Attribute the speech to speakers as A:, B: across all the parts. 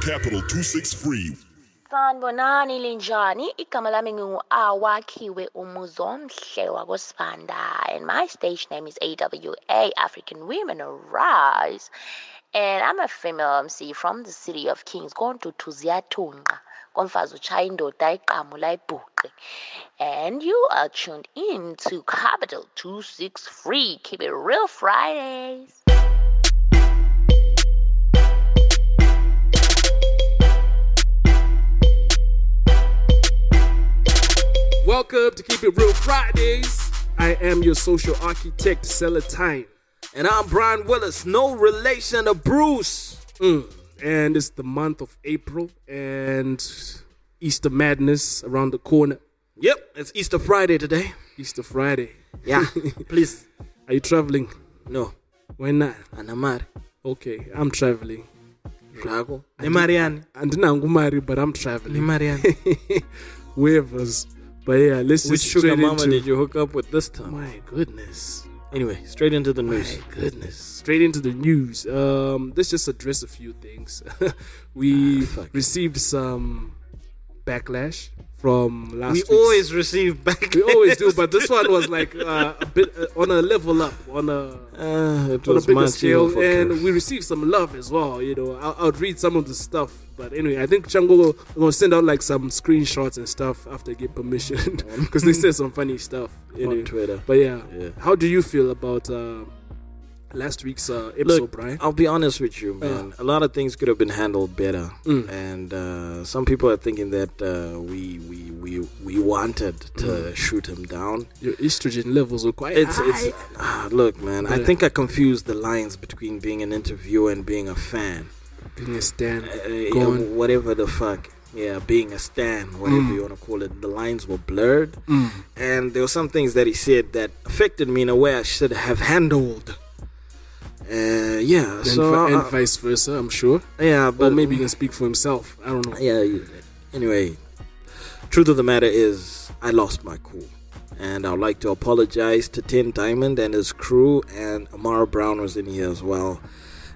A: Capital 263.
B: sanibonani linjani igama lami ngingu-awakhiwe umuzi omhle wakosibanda and my stage name is awa african women arise and i'm a female mc from the city of kings kontuthu ziyathunqa komfazi utshaya indoda iqamula ibhuqe and you are tuned in to capital 263 keep it real fridays
C: Welcome to Keep It Real Fridays. I am your social architect, Celatine. And I'm Brian Willis, no relation to Bruce. Mm. And it's the month of April and Easter madness around the corner.
D: Yep, it's Easter Friday today.
C: Easter Friday.
D: Yeah, please.
C: Are you traveling?
D: No,
C: Why not?
D: anamari
C: Okay, I'm traveling.
D: zvako nemari yani
C: Andinangu Mari, but I'm traveling.
D: nemari yani
C: Waivers. But yeah, let's
D: which
C: just straight
D: sugar mama
C: into
D: did you hook up with this time
C: my goodness.
D: anyway straight into the news
C: My goodness. Straight into the news. Um, let's just address a few things.
D: Ah,
C: we received some backlash from last
D: we
C: week's-
D: always receive backlash
C: we always do, but this one was like uh, a bit uh, on a level up, on a
D: uh, it
C: on a
D: was
C: bigger
D: much
C: scale,
D: evil
C: and
D: fucker.
C: we received some love as well. You know, I'll, I'll read some of the stuff, but anyway, I think Chango gonna send out like some screenshots and stuff after I get permission because they said some funny stuff anyway.
D: on Twitter.
C: But yeah,
D: Yeah.
C: how do you feel about uh, last week's uh, episode,
D: Look,
C: Brian?
D: I'll be honest with you, man. A lot of things could have been handled better,
C: Mm.
D: and uh, some people are thinking that uh, we we we we wanted to
C: Mm.
D: shoot him down.
C: Your estrogen levels were quite
D: It's
C: high.
D: it's ah, look, man. I
C: Yeah.
D: think I confused the lines between being an interviewer and being a fan.
C: being a stan.
D: Uh, yeah,
C: Go on. Mm.
D: whatever the fuck. Yeah, being a stan, whatever you want to call it. The lines were blurred, and there were some things that he said that affected me in a way I should have handled. Uh, yeah,
C: and,
D: so
C: vi-
D: I-
C: and vice versa, I'm sure.
D: yeah,
C: Or
D: but
C: maybe he can speak for himself. I don't know.
D: yeah. you- Anyway, truth of the matter is, I lost my cool, and I'd like to apologize to Tin Diamond and his crew, and Amara Brown was in here as well,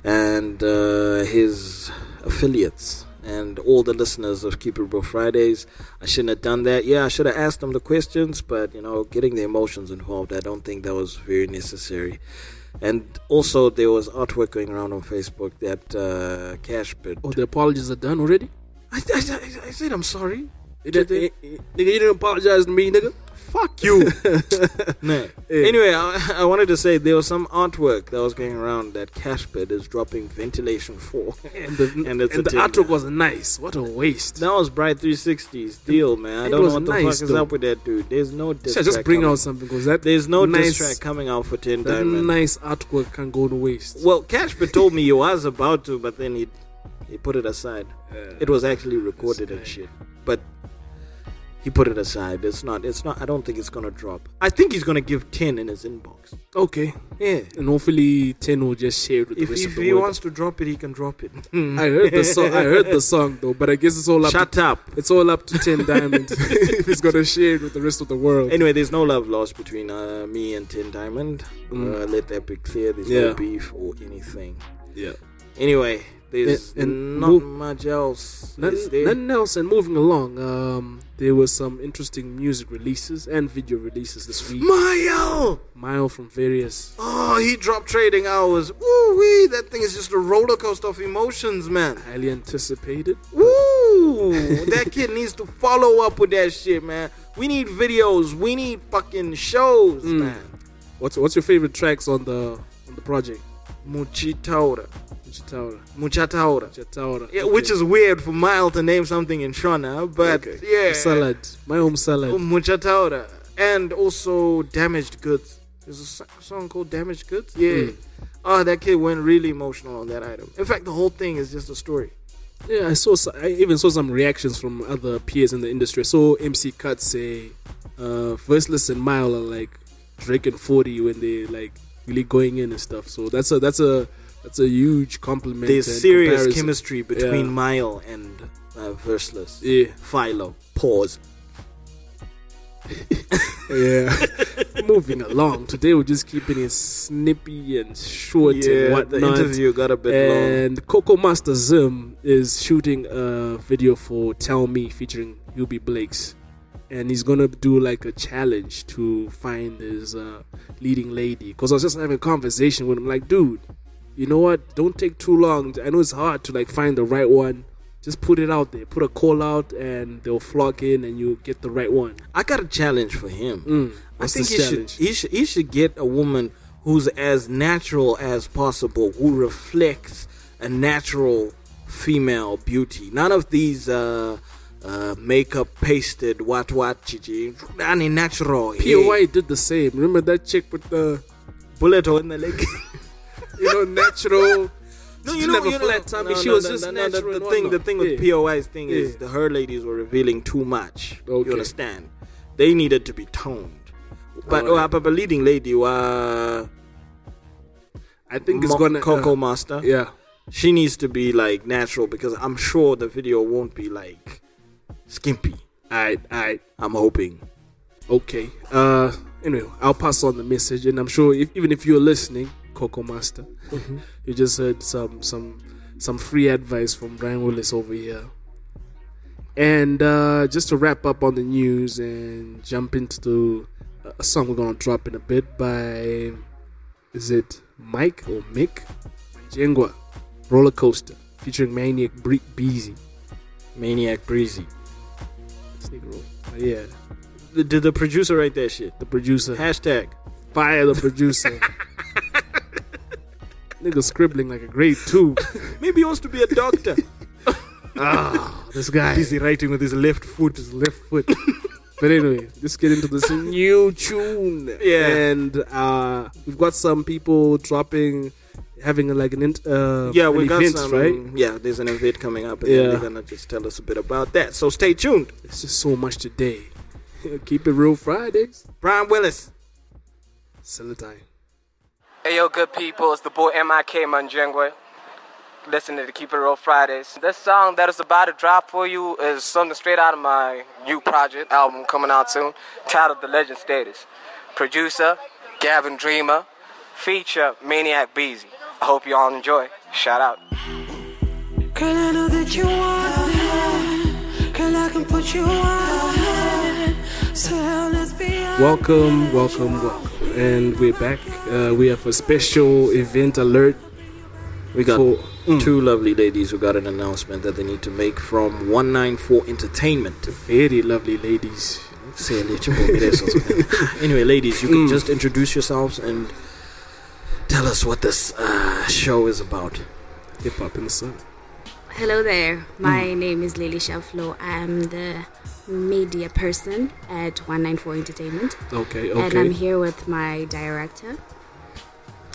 D: and uh, his affiliates. And all the listeners of Keep It Real Fridays, I shouldn't have done that. Yeah, I should have asked them the questions, but you know, getting the emotions involved, I don't think that was very necessary. And also, there was artwork going around on Facebook that uh, Cash bid
C: Oh, the apologies are done already?
D: I, I, I, I said I'm sorry.
C: Did they- nigga, you didn't apologize to me, nigga.
D: Fuck you. Nah.
C: Eh.
D: Anyway, I, I wanted to say there was some artwork that was going around that Cashbed is dropping ventilation for,
C: And the, and
D: and it's
C: the
D: a tender.
C: artwork was nice. What a waste.
D: That was Bright 360's deal, man. I
C: It
D: don't know
C: was
D: what the
C: nice,
D: fuck is
C: though.
D: up with that dude. There's no diss
C: Should I just
D: track
C: bring
D: coming.
C: out something because that
D: There's no
C: nice,
D: diss track coming out for Ten
C: that
D: Diamond.
C: nice artwork can go to waste.
D: Well, Cashbed told me he was about to, but then he he put it aside. it was actually recorded and shit, but he put it aside. It's not. It's not. I don't think it's gonna drop. I think he's gonna give ten in his inbox.
C: Okay,
D: Yeah.
C: and hopefully Ten will just share it with
D: If,
C: the rest
D: if
C: of the
D: he
C: world. Hmm.
D: wants to drop it, he can drop it.
C: I heard the song. I heard the song though, but I guess it's all up.
D: Shut
C: to,
D: up.
C: It's all up to Ten Diamond if he's gonna share it with the rest of the world.
D: Anyway, there's no love lost between uh, me and Tin Diamond. Uh, let that be clear. There's
C: Yeah.
D: no beef or anything.
C: yeah.
D: Anyway, there's
C: And- and
D: not
C: move-
D: much else. is
C: Nothing,
D: there?
C: nothing else. And moving along, um, there were some interesting music releases and video releases this week.
D: Mayo!
C: Mile from various.
D: Oh, he dropped trading hours. Woo wee! That thing is just a roller coaster of emotions, man.
C: Highly anticipated.
D: Woo! that kid needs to follow up with that shit, man. We need videos. We need fucking shows, man.
C: What's what's your favorite tracks on the on the project?
D: Muchitaura.
C: Chitaura.
D: Muchataura.
C: Chitaura.
D: Yeah, Which is weird for Mile to name something in Shona, but yeah.
C: Salad. My home salad.
D: Muchataura. And also Damaged Goods. There's a so- song called Damaged Goods? Yeah.
C: Hmm.
D: Oh, that kid went really emotional on that item. In fact, the whole thing is just a story.
C: Yeah, I saw. so- I even saw some reactions from other peers in the industry. I saw MC Cut say, uh, "Verseless and Mile are like Drake and Forty when they like really going in and stuff." So that's a that's a that's a huge compliment.
D: There's
C: and
D: serious
C: comparison.
D: chemistry between
C: Yeah.
D: Mile and uh, Verseless.
C: Yeah.
D: Philo. Pause.
C: Yeah. Moving along. Today we're just keeping it snippy and short
D: yeah,
C: and
D: the
C: whatnot.
D: interview got a bit long.
C: and Coco Master Zim is shooting a video for Tell Me featuring Yubi Blakes. And he's gonna do like a challenge to find his uh, leading lady. Cause I was just having a conversation with him, like, dude, you know what? Don't take too long. I know it's hard to like find the right one. Just put it out there. Put a call out, and they'll flock in, and you get the right one.
D: I got a challenge for him. I
C: Mm. what's
D: think
C: this
D: he should,
C: challenge?
D: he should he should get a woman who's as natural as possible, who reflects a natural female beauty. None of these uh, uh, makeup pasted what what chichi. Any natural.
C: Pia
D: eh,
C: White did the same. Remember that chick with the
D: bullet hole in the leg.
C: you know natural.
D: No,
C: She
D: you know,
C: never
D: you know,
C: flat tummy.
D: no,
C: she
D: no,
C: was
D: no,
C: just
D: no, no,
C: natural.
D: The,
C: and
D: the thing, the
C: whatnot.
D: thing with
C: Yeah.
D: POI's thing is
C: Yeah.
D: the her ladies were revealing too much.
C: Okay.
D: You understand? They needed to be toned. But
C: Alright.
D: uh, but a leading lady, uh,
C: I think it's
D: Mo-
C: gonna
D: Coco
C: uh,
D: Master.
C: Yeah,
D: She needs to be like natural because I'm sure the video won't be like skimpy.
C: I I
D: I'm hoping.
C: okay. Uh, anyway, I'll pass on the message, and I'm sure if, even if you're listening, Coco Master, you just heard some some some free advice from Brian Willis over here. And uh, just to wrap up on the news and jump into a song we're gonna drop in a bit by is it Mike or Mick Jengwa Roller Coaster featuring Maniac Bre- Breezy.
D: Maniac Breezy.
C: Sneak roll. But yeah,
D: The, the, the producer right there shit.
C: the producer.
D: Hashtag.
C: Fire the producer. Nigga scribbling like a grade two.
D: Maybe he wants to be a doctor.
C: This guy.
D: Busy writing with his left foot. His left
C: foot. But anyway, let's get into this new tune.
D: Yeah.
C: And uh, we've got some people dropping, having like an, int- uh,
D: yeah,
C: an
D: we got
C: event,
D: some.
C: right?
D: Yeah, there's an event coming up, and
C: Yeah.
D: then they're gonna just tell us a bit about that. So stay tuned.
C: It's just so much today. Keep it real Fridays.
D: Brian Willis.
C: Sell it time.
E: Hey yo, good people, it's the boy MIK Manjengwe. Listen to the Keep It Real Fridays. This song that is about to drop for you is something straight out of my new project album coming out soon, titled The Legend Status. Producer, Gavin Dreamer. Feature, Maniac Beezy. I hope you all enjoy. Shout out.
F: Girl, I know that you want it. Girl, I can put you on it. So let's be honest.
C: Welcome, welcome, welcome. And we're back. Uh, we have a special event alert.
D: We got
C: For- mm.
D: two lovely ladies who got an announcement that they need to make from 194 Entertainment.
C: Very lovely ladies.
D: Say a little more, it is also- anyway, ladies, you can just introduce yourselves and tell us what this uh, show is about.
C: Hip hop in the sun.
G: Hello there. My
F: Hmm.
G: name is Lily Shaflo. I'm the media person at 194 Entertainment,
C: Okay,
G: and I'm
C: okay.
G: here with my director.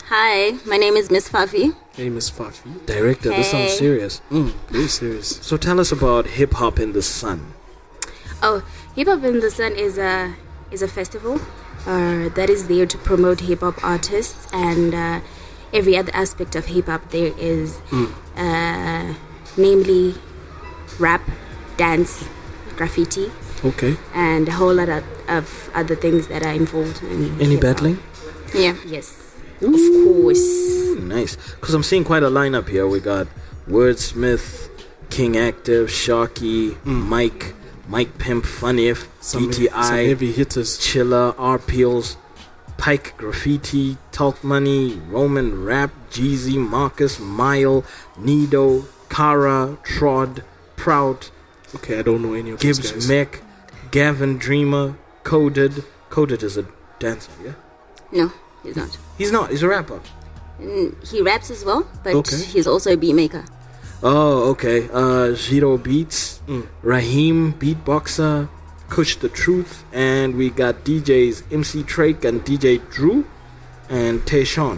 G: Hi, my name is Miss Fafi.
C: Name is Fafi.
D: Director, this sounds
G: Hey.
D: serious.
C: Mm, very serious.
D: So tell us about hip hop in the sun.
G: Oh, Hip Hop in the Sun is a is a festival uh, that is there to promote hip hop artists and uh, every other aspect of hip hop. There is,
F: Hmm.
G: uh, namely, rap, dance, graffiti.
C: Okay.
G: and a whole lot of, of other things that are involved in
D: Any
G: hip-hop.
D: battling?
G: Yeah. Yes.
H: Mm.
G: Of course.
D: Nice, because I'm seeing quite a lineup here. We got Wordsmith, King Active, Sharky, Mike, Mike Pimp, Funif,
C: Mm. Some, some
D: DTI,
C: heavy hitters.
D: Chilla, R Peels, Pike Graffiti, Talk Money, Roman Rap, Jeezy, Marcus, Mile, Nido, Kara, Trod, Prout,
C: Okay, I don't know any of these
D: Gibbs
C: guys.
D: Mick, Gavin Dreamer, Coded. Coded is a dancer, yeah?
H: No, he's not.
D: He's not, he's a rapper.
H: He raps as well, but
C: Okay.
H: he's also a beat maker.
D: Oh, okay. Uh, Zero Beats, Raheem Beatboxer, Kush the Truth, and we got DJs MC Trake and DJ Drew and Tayshawn.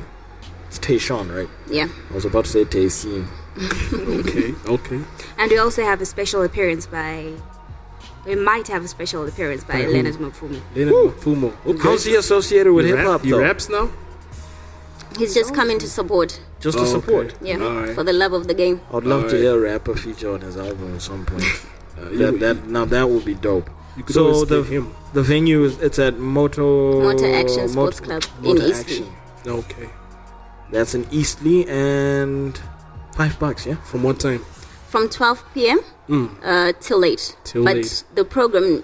D: It's Tayshawn, right?
H: Yeah.
D: I was about to say Tayseen.
C: Okay, okay.
G: And we also have a special appearance by. We might have a special appearance by,
C: By who?
G: Leonard Mofumi.
C: Leonard Fumo. Okay.
D: How's he associated with
C: He
D: hip
C: rap-
D: hop
C: He
D: though?
C: raps now?
H: He's just coming to support.
D: Just
C: Oh,
D: to
C: okay.
D: support.
H: Yeah.
C: Alright.
H: For the love of the game.
D: I'd love to
C: Alright.
D: hear a rapper feature on his album at some point.
C: Uh, you-
D: that, that now that would be dope.
C: You could
D: so
C: always
D: the
C: get him.
D: the venue is it's at Moto
I: Motor Action Sports Club in
D: Motor
I: Eastleigh.
D: Action.
C: Okay.
D: That's in Eastleigh and five bucks, yeah.
C: From what time?
I: from 12 p.m. Uh, till late.
C: Mm. Till
I: but
C: late.
I: the program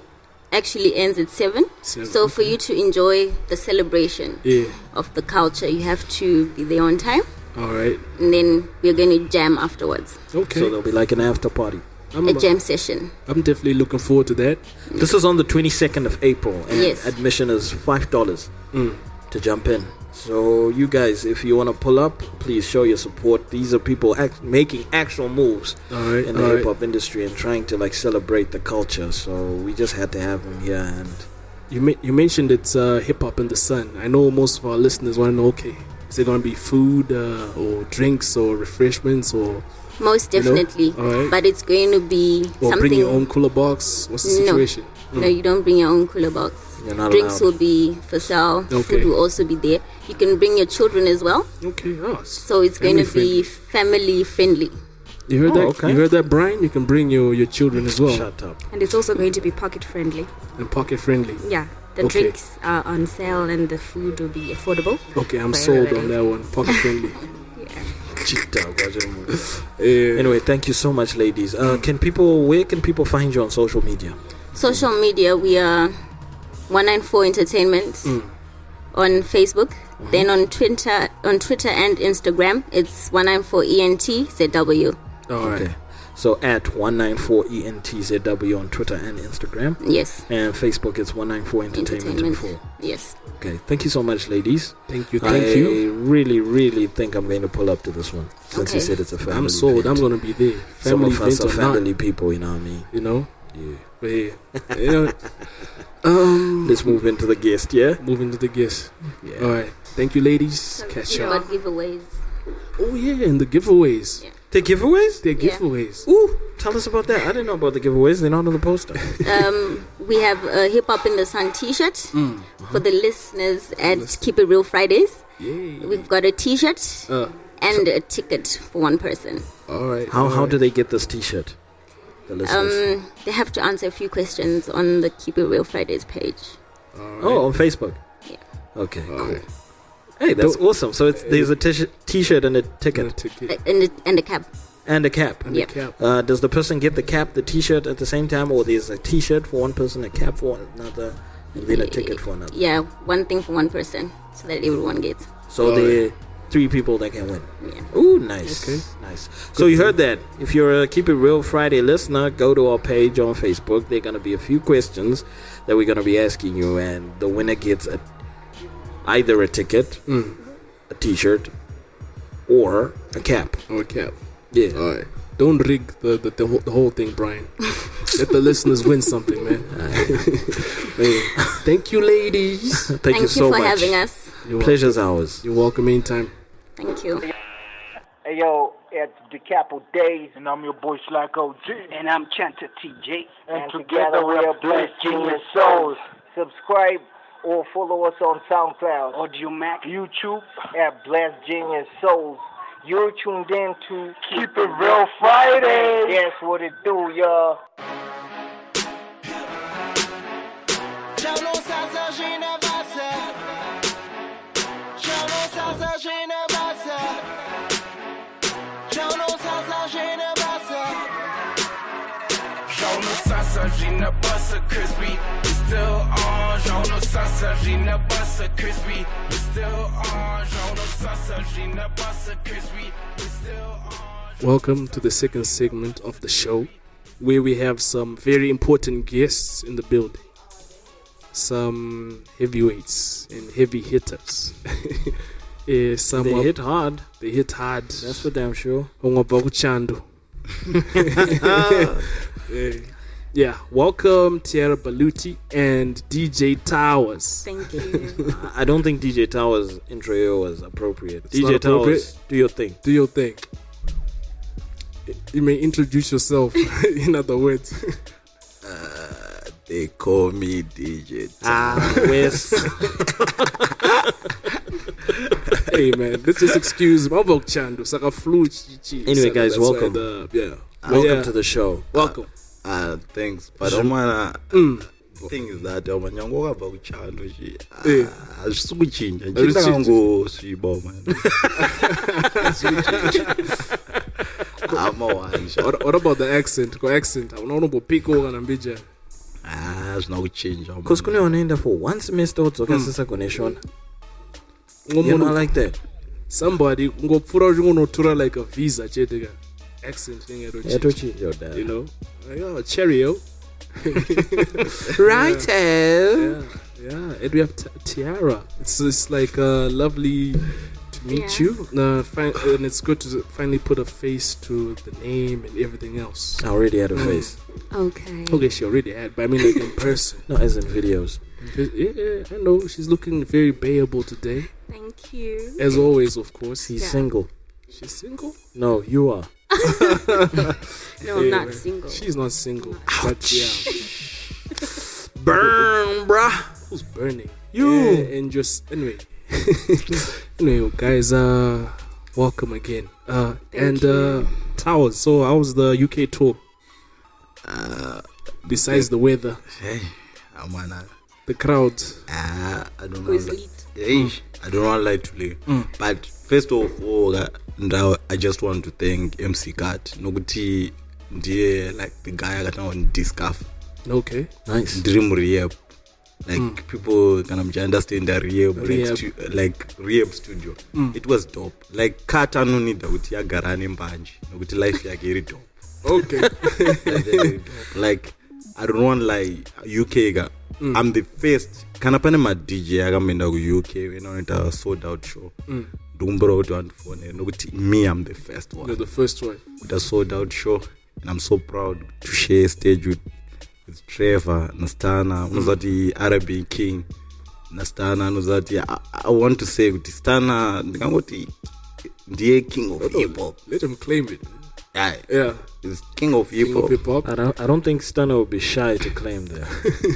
I: actually ends at 7.
C: Seven,
I: so for you to enjoy the celebration
C: Yeah.
I: of the culture, you have to be there on time.
C: All right.
I: And then we're going to jam afterwards.
C: Okay.
D: So there'll be like an after party.
C: I'm,
I: A jam session.
C: I'm definitely looking forward to that.
D: This is on the 22nd of April, and
I: Yes.
D: admission is five dollars to jump in. So you guys, if you want to pull up, please show your support. These are people act- making actual moves
C: All right,
D: in the
C: all right.
D: hip hop industry and trying to like celebrate the culture. So we just had to have them here, and
C: You men- you mentioned it's uh, hip hop in the sun. I know most of our listeners want to know. Okay, is it going to be food uh, or drinks or refreshments or
I: Most
C: You know?
I: definitely.
C: Alright.
I: But it's going to be
C: or
I: something.
C: bring your own cooler box? What's the
I: No.
C: situation? Mm.
I: No, you don't bring your own cooler box.
D: You're not
I: Drinks
D: allowed.
I: will be for sale.
C: Okay.
I: Food will also be there. You can bring your children as well.
C: Okay, oh, s-
I: So it's going to
C: family
I: be family friendly.
C: friendly. You heard
D: Oh,
C: that?
D: okay.
C: You heard that, Brian? You can bring your, your children as well
D: shut up.
J: And it's also going to be pocket friendly.
C: and pocket friendly.
J: Yeah. The
C: Okay.
J: drinks are on sale and the food will be affordable.
C: Okay, I'm
J: For
C: sold on
J: everybody.
C: that one. Pocket friendly.
D: Cheetah, Guajamu.
C: Yeah.
D: anyway, thank you so much, ladies. Uh, can people? Where can people find you on social media?
I: Social media, we are 194 Entertainment
C: Hmm.
I: on Facebook.
C: Uh-huh.
I: Then on Twitter, on Twitter and Instagram, it's E 194ENTZW.
C: Eh, All right.
D: Okay. So at E 194ENTZW on Twitter and Instagram.
I: Yes.
D: And Facebook is 194 Entertainment, and Info.
I: Yes.
D: Okay. Thank you so much, ladies.
C: Thank you. Thank
D: I
C: you.
D: really, really think I'm going to pull up to this one. Since you
I: Okay.
D: said it's a family
C: I'm sold.
D: event.
C: I'm gonna be there.
D: Some
C: Family
D: of us
C: event
D: are
C: or
D: family
C: not,
D: people, you know what I mean?
C: you know.
D: Yeah.
C: But yeah, you know. Um,
D: Let's move into the guest, yeah?
C: moving to the guest.
D: Yeah.
C: All right. Thank you, ladies. Catch
I: You
C: y'all.
I: got giveaways.
C: Oh yeah, and the giveaways.
I: Yeah.
D: The giveaways?
C: They're
I: Yeah.
C: giveaways.
D: Ooh, tell us about that. I didn't know about the giveaways. They're not on the poster.
I: um, we have a Hip Hop in the Sun t shirt
C: Hmm, uh-huh.
I: for the listeners at Keep It Real Fridays.
C: Yay.
I: We've got a t shirt
C: Uh,
I: and a ticket for one person.
C: all right.
D: How,
C: all
D: how
C: right.
D: do they get this t shirt? The listeners.
I: Um, they have to answer a few questions on the Keep It Real Fridays page.
D: oh, on Facebook?
I: Yeah.
D: Okay, cool.
C: right.
D: Hey, that's awesome. So it's there's a t- t-shirt and a
C: Get a
D: ticket
C: ticket
I: Like, And the, and the cap.
D: and a cap.
C: and
I: Yep.
C: a cap.
D: Uh, does the person get the cap, the T-shirt at the same time, or there's a T-shirt for one person, a cap for another, and then a ticket for another?
I: Yeah, one thing for one person so that everyone gets.
D: So there are three people that can win.
I: Yeah.
D: Ooh, nice, nice. So you heard that. If you're a Keep It Real Friday listener, go to our page on Facebook. There are gonna be a few questions that we're gonna be asking you, and the winner gets a, either a ticket, a T-shirt, or a cap.
C: Or a cap.
D: Yeah.
C: All right. Don't rig the, the, the, whole, the whole thing, Brian. Let the listeners win something, man. Man, Thank you, ladies.
D: Thank, you so
I: for
D: much.
I: having us.
C: You're welcome.
D: Pleasure's ours.
C: You're welcome anytime.
I: Thank you.
E: Hey yo, it's DeCapo Days, and I'm your boy Slack OG. And I'm Chanta TJ. And, together, we are Blessed Genius Souls. Subscribe or follow us on SoundCloud. Audio Mac. YouTube at Blessed Genius Souls. You're tuned in to Keep It Real Friday. That's what it do, y'all.
K: On the Sassagina Bussa, cause we we still orange. On the Sassagina Bussa, cause we we still orange. On the Sassagina Bussa, cause we we still orange.
C: Welcome to the second segment of the show, where we have some very important guests in the building, some heavyweights and heavy hitters. yeah, some
D: They
C: up-
D: hit hard.
C: They hit hard.
D: That's for damn sure.
C: Ongwabva kuchando. yeah. Eh, yeah, welcome Tierra Baluti and DJ Towers.
J: Thank you.
D: I- I don't think DJ Towers' intro was appropriate.
C: not
D: DJ
C: appropriate.
D: Towers, do your thing.
C: Do your thing. You may introduce yourself, in other words.
L: They call me DJ.
D: Ah, West.
C: hey man, let's just excuse Mabok Chando, Saka Flu Chichi.
D: Anyway, guys, welcome.
C: The, yeah.
D: Welcome
C: yeah.
D: to the show.
C: Welcome.
L: Uh, thanks, but I'm gonna. thing is that yoma nyango ukabva kuchando nje
C: Eh.
L: ah, hazvisi kuchinja
C: Hazvisi kuchinja.
L: ndakangosviba man amawanje
C: What, what about the accent? Ko accent. I want to pick over and ambija.
L: hazvina kuchinja man.
D: because kune vanoenda for one semester
C: Hmm.
D: wodzoka sisagone You know,
C: Ngomo
D: like that
C: somebody ngopfura kuti unotura like a visa chete ka accent inenge yatochinja.
D: yatochinja
C: You
D: kudaro
C: know. Like, oh, cheerio.
D: right
C: Yeah. Yeah. And we have t- Tiara. It's it's like uh, lovely to meet
J: Yeah.
C: you. Uh, fin- and it's good to finally put a face to the name and everything else.
D: I already
C: Hmm.
D: had a face
J: Okay.
C: Okay, she already had, but I mean like in person.
D: not as in videos
C: Yeah, yeah, I know. She's looking very payable today.
J: Thank you.
C: As always, of course.
D: he's
J: Yeah.
D: single
C: She's single?
D: no you are
J: No, I'm
C: Anyway,
J: not single.
C: She's not single. But yeah.
D: burn bruh
C: Who's burning?
D: You.
C: Yeah, and just anyway. anyway, guys, uh welcome again. Uh and
J: Thank
C: uh Towers, so how was the UK tour?
D: Uh,
C: Besides the weather,
L: hey amana
C: the crowd.
L: ah, i don't
J: Who's
L: know
J: lit?
L: Hey, I don't want life to live. But first of all, uh, and I, I just want to thank MC Cat. Nokuti ndiye like the guy akatanga kundiscover
C: Okay.
D: nice
L: dream rehab. Like people can understand the rehab, like,
C: Rehab.
L: stu- like rehab studio. It was dope. Like Cat anonida kuti agara nembanje nokuti life yake iri dope.
C: Okay.
L: like i don't want like uk ka i'm the first kana pane madj akamboenda kuuk vena vanoita sold out show ndikumbura kuti vandifonere nokuti me i'm the first one
C: You're the first one.
L: with a sold out show and i'm so proud to share stage with, with trevor nastana
C: Mm-hmm.
L: unoziva kuti arabi king nastana unoziva kuti I, i want to say kuti stana ndingangoti ndiye king of hip hop
C: Let him claim it.
L: yeah.
C: Yeah.
L: He's king of hip
C: King of
L: hop
C: hip hop.
D: I don't, I don't think Stunner will be shy to claim that.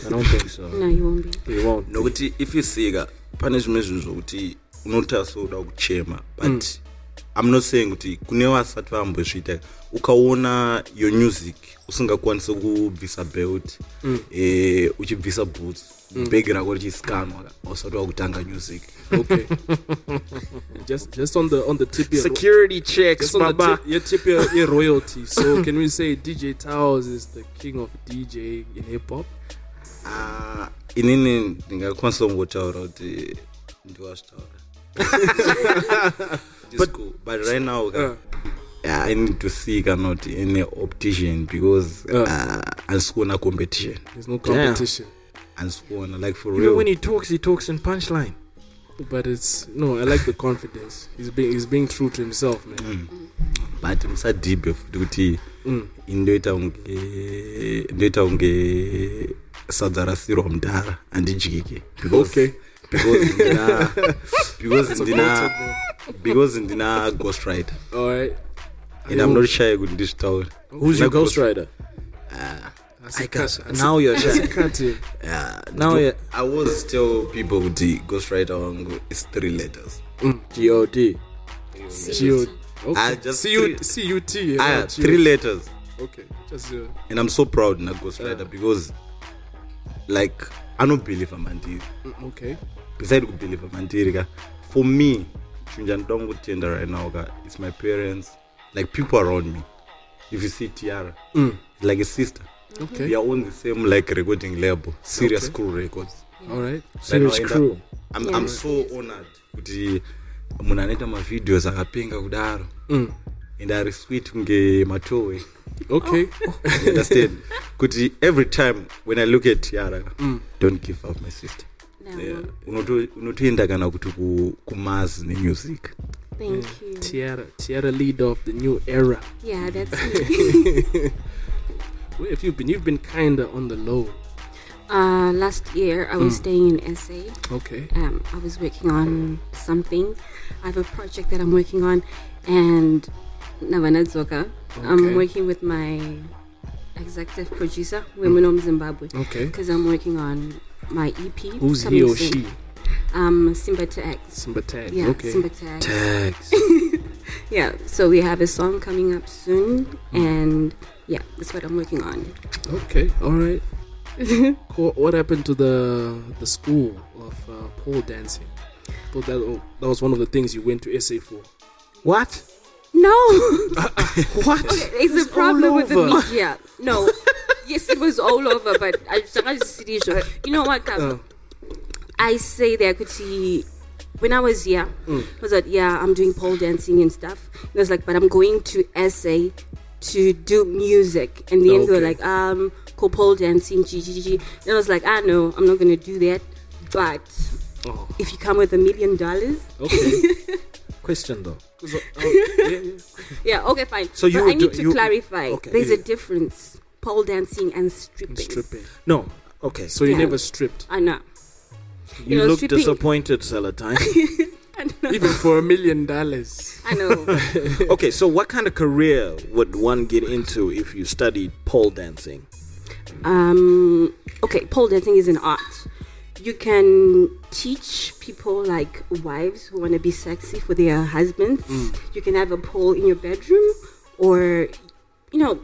D: I don't think so.
J: No, you won't be.
D: He won't.
L: nokuti if you sika pane zvimwe zvinhu zvokuti unota soda kuchema but mm. i'm not saying kuti kune vasati vambozviita ukaona your music usingakwanisi kubvisa belt mm. e, uchibvisa boots mm. bhegi rako richiskanwa usati wakutanga music
C: Okay. just just on the on the tip here.
D: Security checks,
C: Just on the tip, your tip your, your royalty. So can we say DJ Towers is the king of DJ in hip hop?
L: Ah, inini ndingakwanisa kungotaura kuti ndiwazvitaura but, but right now ka,
C: Uh.
L: yeah, i need to see cannot any optician because
D: Oh.
L: uh. uh, andisikuona competition
C: There's no competition.
L: andisikuona like for
D: Even
L: real
D: when he talks, he talks in punchline.
C: But it's no, I like the confidence. He's being he's being true to himself, man.
L: but musadhibhe futi kuti
D: Mm.
L: indoita kunge ndoita kunge sadza rasirwa mudhara handidyike because
C: Okay.
L: because ndina because ndina
C: Notable.
L: because ndina ghost rider
C: All right.
L: and i'm not shy kuti ndizvitaure
D: Who's your Ghost Rider?
C: Ah, I can't.
D: Now you're shy. Now you're
L: i always tell people kuti ghost rider wangu is three letters
D: G.O.D.
L: I
C: G-O- Okay.
L: just
C: C-U-
L: three-
C: C-U-T, yeah,
L: ah,
C: G-O-
L: three letters
C: Okay. Just uh,
L: and i'm so proud na ghost rider because like i don't believe mandiri
C: mm, okay.
L: beside kubhelieve mandiri ka for me chinja ndinoda kungotenda right now ka it's my parents like people around me if you see tiara mm. like a sister
C: Okay.
L: we are on the same like recording label serious
C: Okay.
L: okay. crew records
C: All right.
D: Serious
L: Right now,
D: crew.
L: I'm, i'm so honored kuti munhu anoita mavideos akapenga kudaro
C: Mm.
L: and ari sweet kunge matowe
C: Okay.
G: Oh.
L: You understand kuti every time when i look at tiara
D: Mm.
L: don't give up my sister
J: No,
L: Yeah. Unoto- unotoenda kana kuti ku- kumazi nemusic
J: thank you.
C: Oh, Tiara Tiara leader of the new era.
J: Yeah, that's me.
C: Where have you been? You've been kinda on the low.
J: Uh, last year, I was staying in SA.
C: Okay.
G: Mm,
J: Um, I was working on something. I have a project that I'm working on, and Navanadzoka.
C: Okay.
J: I'm working with my executive producer, Women of Zimbabwe,
C: Mm. Okay.
J: because I'm working on my EP.
C: Who's he
J: coming
C: or
J: soon.
C: she?
J: Um, Simba Tags.
C: Simba Tag.
J: Yeah,
C: okay.
J: Simba Tags.
D: Tags.
J: Yeah, so we have a song
C: Mm.
J: coming up soon, and yeah, that's what I'm working on.
C: Okay. All right. cool. What happened to the the school of uh, pole dancing? Well, that, oh, that was one of the things you went to SA for.
D: What?
G: No.
D: what?
C: Oh
G: It's a problem with the
C: over.
G: media. No. yes, it was all over, but I serious. You know what, Kap?
C: Uh,
G: I say that I could see when I was here,
C: Mm.
G: I was like, yeah, I'm doing pole dancing and stuff. And I was like, but I'm going to SA to do music. And then they were
M: Okay.
G: like, um, call pole dancing, GGG. And I was like, I know, I'm not going to do that. But
D: Oh.
G: if you come with a million dollars,
D: Okay. Question though.
C: Oh,
G: yeah, okay, fine.
D: So you
G: but I
D: would do-
G: need to
D: you-
G: clarify.
D: okay.
G: There's a
D: Yeah.
G: difference: pole dancing and stripping.
C: stripping.
D: No. Okay.
C: So you
G: Yeah.
C: never stripped,
G: I know.
D: You
G: know,
D: look
G: stripping-
D: disappointed, Celatine.
C: even for a million dollars.
G: I know.
D: okay, so what kind of career would one get into if you studied pole dancing?
G: um, okay, pole dancing is an art. You can teach people like wives who want to be sexy for their husbands.
N: Mm.
G: You can have a pole in your bedroom, or you know,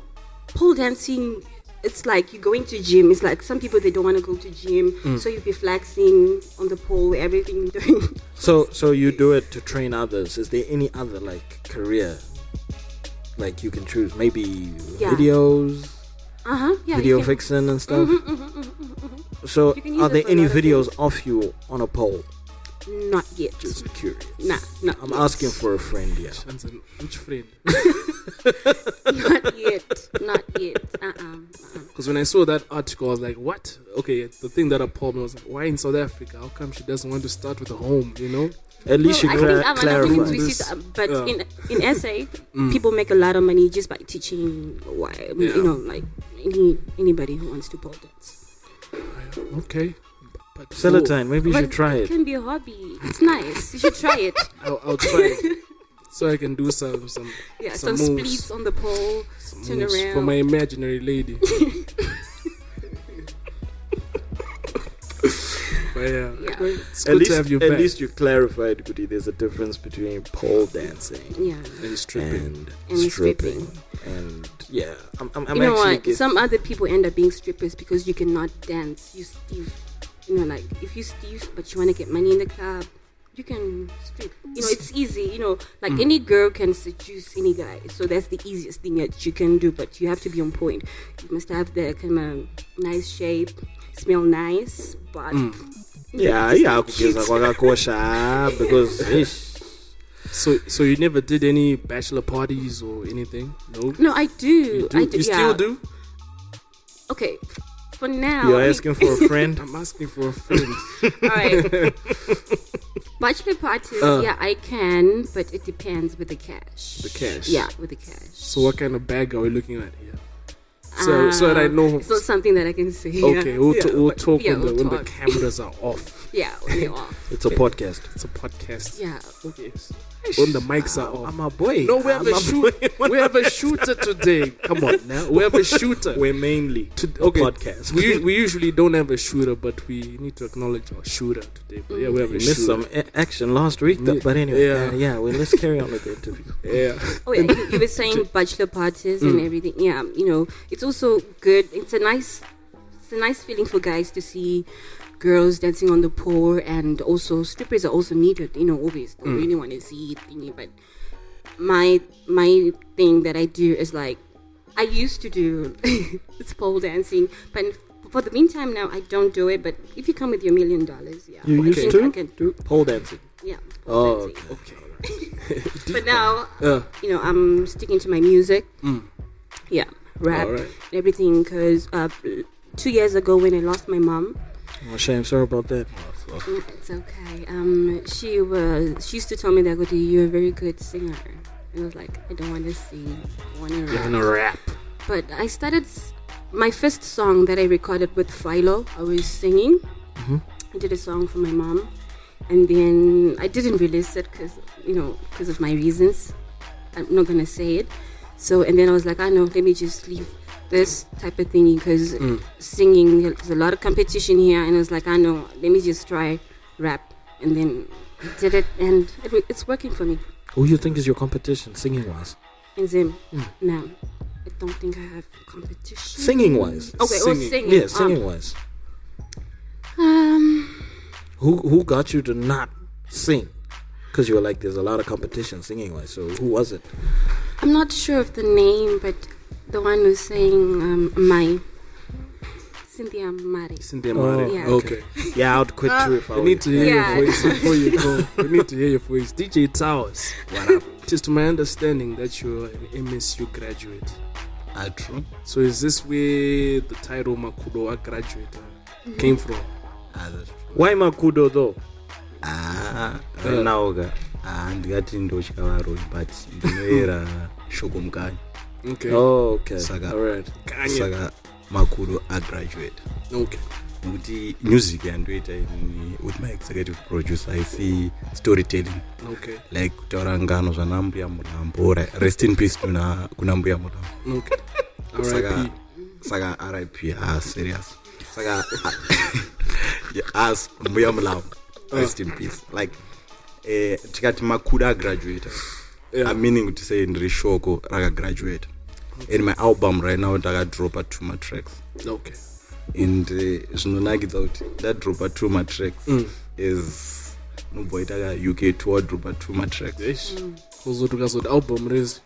G: pole dancing. It's like you're going to gym. It's like some people they don't want to go to gym,
D: Mm.
G: so you be flexing on the pole, everything you're doing.
D: So, so you do it to train others. Is there any other like career, like you can choose? Maybe
G: Yeah.
D: videos,
G: Uh huh. Yeah. you
D: video
G: can-
D: fiction and stuff.
G: Mhm, mhm, mhm,
D: mm-hmm,
G: mhm, mhm.
D: So,
G: You can use
D: are
G: it
D: there
G: for a
D: any
G: lot of
D: videos of you on a pole?
G: Not yet.
D: Just curious.
G: Nah, not
D: I'm
G: yet.
D: asking for a friend here.
C: Shanzen, Which friend?
G: not yet. Not yet. Uh uh-uh, uh.
C: Because when I saw that article, I was like, "What? Okay." The thing that appalled me was like, "Why in South Africa? How come she doesn't want to start with a home?" You know.
D: At least
G: I
D: you
G: think
D: cla-
G: I'm
D: clarify.
G: but
C: Yeah.
G: in in SA,
D: Mm.
G: people make a lot of money just by teaching. Why
C: Yeah.
G: you know, like any anybody who wants to pole dance.
C: Okay. But
D: Celatine, maybe you
G: But
D: should try
G: it
D: it.
G: can be a hobby. It's nice. You should try it.
C: I'll, I'll try it. so I can do some some
G: Yeah,
C: some,
G: some,
C: moves,
G: splits on the pole.
C: some
G: turn
C: moves
G: around.
C: for my imaginary lady. but yeah,
G: Yeah.
C: it's
D: at
C: good
D: least,
C: to have you
D: at
C: back.
D: least you clarified, Kuti. There's a difference between pole dancing
G: Yeah.
C: and stripping.
D: and,
G: And
D: stripping. And yeah, I'm, I'm, I'm
G: you know
D: actually
G: what?
D: get-
G: Some other people end up being strippers because you cannot dance. You Steve, you know, like if you Steve, but you want to get money in the club, you can strip. You know, it's easy. You know, like
N: Mm.
G: any girl can seduce any guy, so that's the easiest thing that you can do. But you have to be on point. You must have the kind of nice shape, smell nice, but
D: Mm.
G: you know,
D: yeah
G: just
D: yeah
G: look cute.
D: kugeza kwakakosha ah, because ish.
C: So so you never did any bachelor parties or anything? No.
G: No, I do.
C: You do?
G: I do.
C: You
G: yeah.
C: still do?
G: Okay, for now.
D: You're
G: I mean-
D: asking for a friend?
C: I'm asking for a friend.
G: All right. Bachelor parties,
C: Uh.
G: yeah, I can, but it depends with the cash.
C: The cash.
G: Yeah, with the cash.
C: So what kind of bag are we looking at here? So so that I
G: Uh,
C: know.
G: It's not something that I can say. yeah.
C: Okay, we'll, t-
G: Yeah,
C: we'll
G: but-
C: talk
G: yeah,
C: when, the,
G: we'll
C: when the
G: talk.
C: cameras are off.
G: Yeah, when they're off.
D: it's a podcast
C: It's a podcast.
G: Yeah.
C: Okay. When the mics are off.
D: i'm a boy
C: No, we have
D: I'm
C: a shoot. We have a shooter today. Come on now. We have a shooter.
D: we're mainly
C: To-
D: a
C: okay.
D: podcast
C: We, u- we usually don't have a shooter, but we need to acknowledge our shooter today. But yeah, we have a
D: missed
C: shooter.
D: some a- action last week though, but anyway
C: Yeah.
D: yeah, yeah well, let's carry on with the interview
C: Yeah.
G: Oh, yeah, you, you were saying bachelor parties and
D: Mm.
G: everything. Yeah, you know, it's also good. It's a nice, it's a nice feeling for guys to see girls dancing on the pole, and also strippers are also needed. You know, always they
N: Mm.
G: really want to see thingy. But my my thing that I do is like I used to do it's pole dancing, but for the meantime now I don't do it. But if you come with your million dollars, yeah,
D: you
G: I
D: used
G: think I
D: to
G: can-
D: do pole dancing
G: yeah.
D: oh
G: But now,
D: Yeah.
G: you know, I'm sticking to my music.
D: Mm.
G: Yeah, rap
D: Alright.
G: and everything. Because uh, two years ago, when I lost my mom,
D: oh, shame sorry about that
G: it's okay. Um, she was she used to tell me that Godi, you're a very good singer, and I was like, I don't want to sing, I want to rap.
C: You wanna rap.
G: But I started s- my first song that I recorded with Philo. I was singing.
D: Mhm.
G: I did a song for my mom, and then I didn't release it because you know because of my reasons. I'm not gonna say it. So and then I was like, I know, let me just leave this type of thing because
N: Mm.
G: singing there's a lot of competition here, and I was like, I know, let me just try rap, and then I did it, and it, wo- it's working for me.
D: who you think is your competition singing wise
G: And Zim
D: Mm.
G: now I don't think I have competition.
D: Singing wise.
G: Okay, well, singing.
D: Yeah,
G: um,
D: singing wise.
G: Um,
D: Who who got you to not sing? Because you were like, there's a lot of competition singing wise. So who was it?
G: I'm not sure of the name, but the one who's saying um, my Cynthia Mari.
C: Cynthia Mari.
G: Yeah.
C: Okay.
D: Yeah, I'd quit too if I
C: We
D: were
C: need to
D: you.
C: hear
G: Yeah.
C: your voice before you go. We need to hear your voice. DJ Towers.
L: What up?
C: It is to my understanding that you're an MSU graduate.
L: Ah, true.
C: So is this where the title Makudoa graduate uh, came from?
L: Ah, that's true.
D: Why Makudo though?
L: Ah, right now ga ah, ndingati ndotya varoi but ndinoyera shoko mukanya
C: Okay.
D: Oh, okay.
L: saka
D: All right.
C: Kanye.
L: saka makuru agraduate
C: Okay.
L: nokuti music yandoita inini with my executive producer aisi storytelling
C: Okay.
L: like kutaura ngano zvana mbuya murambo Ra- rest in peace kuna, kuna mbuya murambo
C: Okay.
L: saka
C: R.I.P.
L: saka rip ah serious saka yeah, as mbuya murambo rest in peace like eh, tikati makuda agraduata
C: Yeah.
L: i'm meaning to say ndiri shoko rakagraduata and my album right now ndakadropa two matracks
C: Okay.
L: and eh, zvinonakidza kuti ndadropa two matracks is nomboita ka uk tour dropa two matracks
C: Yes. Kuzoti ukazoti album rezi.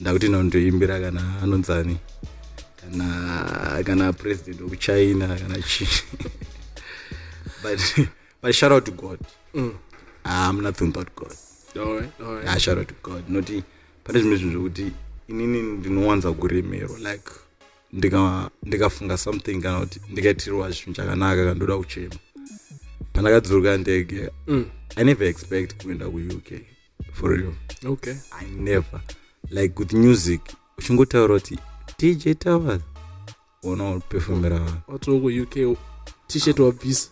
L: ndakuti ndondoimbira kana anonzani kana kana president wekuchina kana chi but but shout out to god
C: Mm.
L: i'm nothing but god
C: All right. All right.
L: yeah, shout out to god noti pane zvimwe zvinhu zvokuti inini ndinowanza kuremerwa like ndika- ndikafunga something kana kuti ndikaitirwa chinhu chakanaka kana ndoda kuchema pandakadzuruka ndege
C: Mm.
L: i never expect kuenda kuuk for real
C: Okay.
L: i never like with music uchingotaura kuti dj towers ona ufefomera
C: Watoko UK t-shirt wabvisa.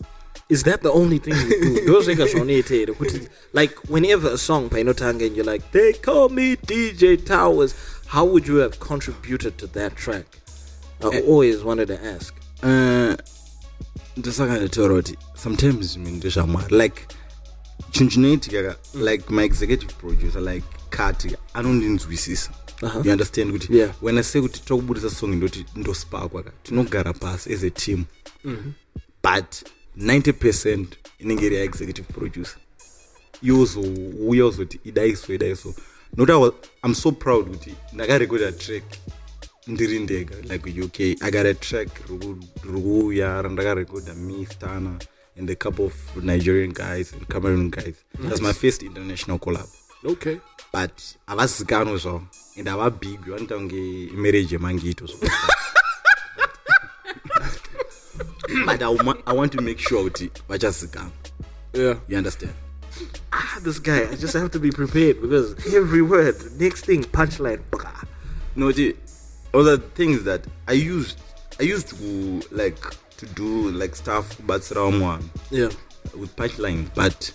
D: Is that the only thing you do? Those niggas only hate it. Like whenever a song by Notanga and you're like, they call me DJ Towers. How would you have contributed to that track? I always wanted to ask.
L: Eh, ndosaka ndataura kuti sometimes zvimwe ndezvamwari like chinhu chinoitika ka like my executive producer like kati anondinzwisisa
D: Uh-huh.
L: you understand kuti
D: Yeah.
L: when i say kuti tokubudisa song ndoti ndosparkwa ka tinogara pasi as a team but 90 percent inenge iri yaexecutive producer yozouya uzoti idai so idai so nokuti I was- i'm so proud kuti ndakarekoda track ndiri ndega like uk i got a track riri ku- riri kuuya randakarekoda me stana and a couple of nigerian guys and cameroon guys that's my first international collab
C: Okay.
L: but havazikanwi zvavo and havabhigwi vanoita kunge imereji yemangiito so. but I, wa- i want to make sure kuti vachazikanwa
C: Yeah.
L: you understand
D: Ah, this guy, I just have to be prepared because every word, next thing, punchline. baka.
L: no the other things that i used i used to like to do like stuff kubatsira vamwana
C: Yeah.
L: with pipeline but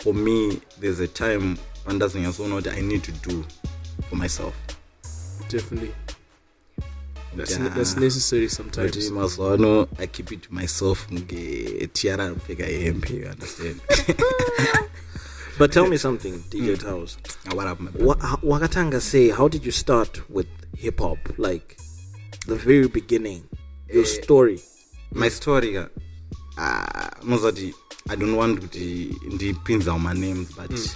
L: for me there's a time pandazonyatsoona kuti i need to do for myself
C: Definitely. That's
L: Yeah.
C: that's necessary
L: kuti
C: sometimes.
L: mazuva ano i keep it to myself kunge tiara anopfeka hembe you understand
D: But tell me something, DJ Towers.
L: Now, what up, my brother?
D: Wa- h- Wakatanga say, how did you start with hip hop? Like the very beginning, your story.
L: my story ka uh, nozati i don't want kuti ndipinza manames but
C: Hmm.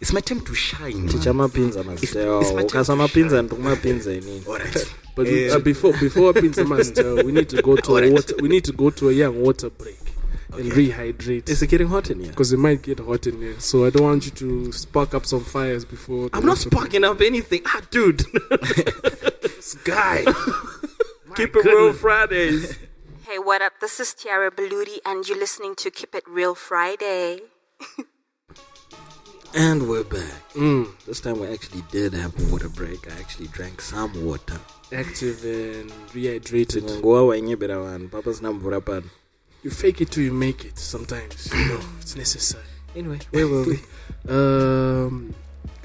L: it's my time to shine man.
D: Chamapinza
L: it's my
D: myself.
L: time to
D: Ukasamapinza ndikumapinza inini.
L: Alright.
C: But
L: Eh,
C: uh, before before Pinza Master, we need to go to a
L: Alright.
C: water, we need to go to a young water break and rehydrate.
D: Is it getting hot in here?
C: because it might get hot in there. So I don't want you to spark up some fires before.
D: I'm not sparking up anything. Ah, dude.
C: Sky.
D: Keep it real Fridays.
J: Hey, what up? This is Tiara Beludi, and you're listening to Keep It Real Friday.
D: And we're back. This time we actually did have a water break. I actually drank some water.
C: Active and rehydrated.
D: Tingangowa wainyebera vanhu papa sina mvura pano.
C: You fake it till you make it. Sometimes you know it's necessary.
D: Anyway, where were we?
C: Um,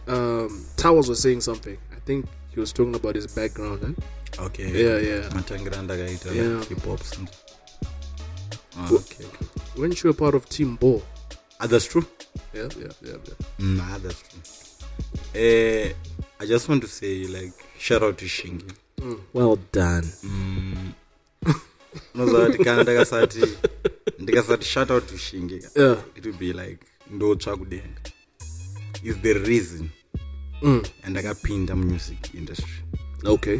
C: um, Towers was saying something. I think he was talking about his background. Huh?
L: okay
C: Yeah, yeah.
L: matangira ndakaita
C: Yeah.
L: like hip hop something. Ah, okay, okay.
C: Weren't you a part of Team Ball?
L: Ah, that's true
C: Yeah, yeah, yeah. yeah.
L: Mm, ah, that's true. Eh, I I just want to say, like, shout out to Shingi.
D: Mm. Well done.
L: Mm. unozvati kana ndakasati ndikasati shout out to Shingi,
D: Yeah.
L: it would be like ndotsva kudenga is the reason
D: Mm.
L: andakapinda music industry
D: Okay.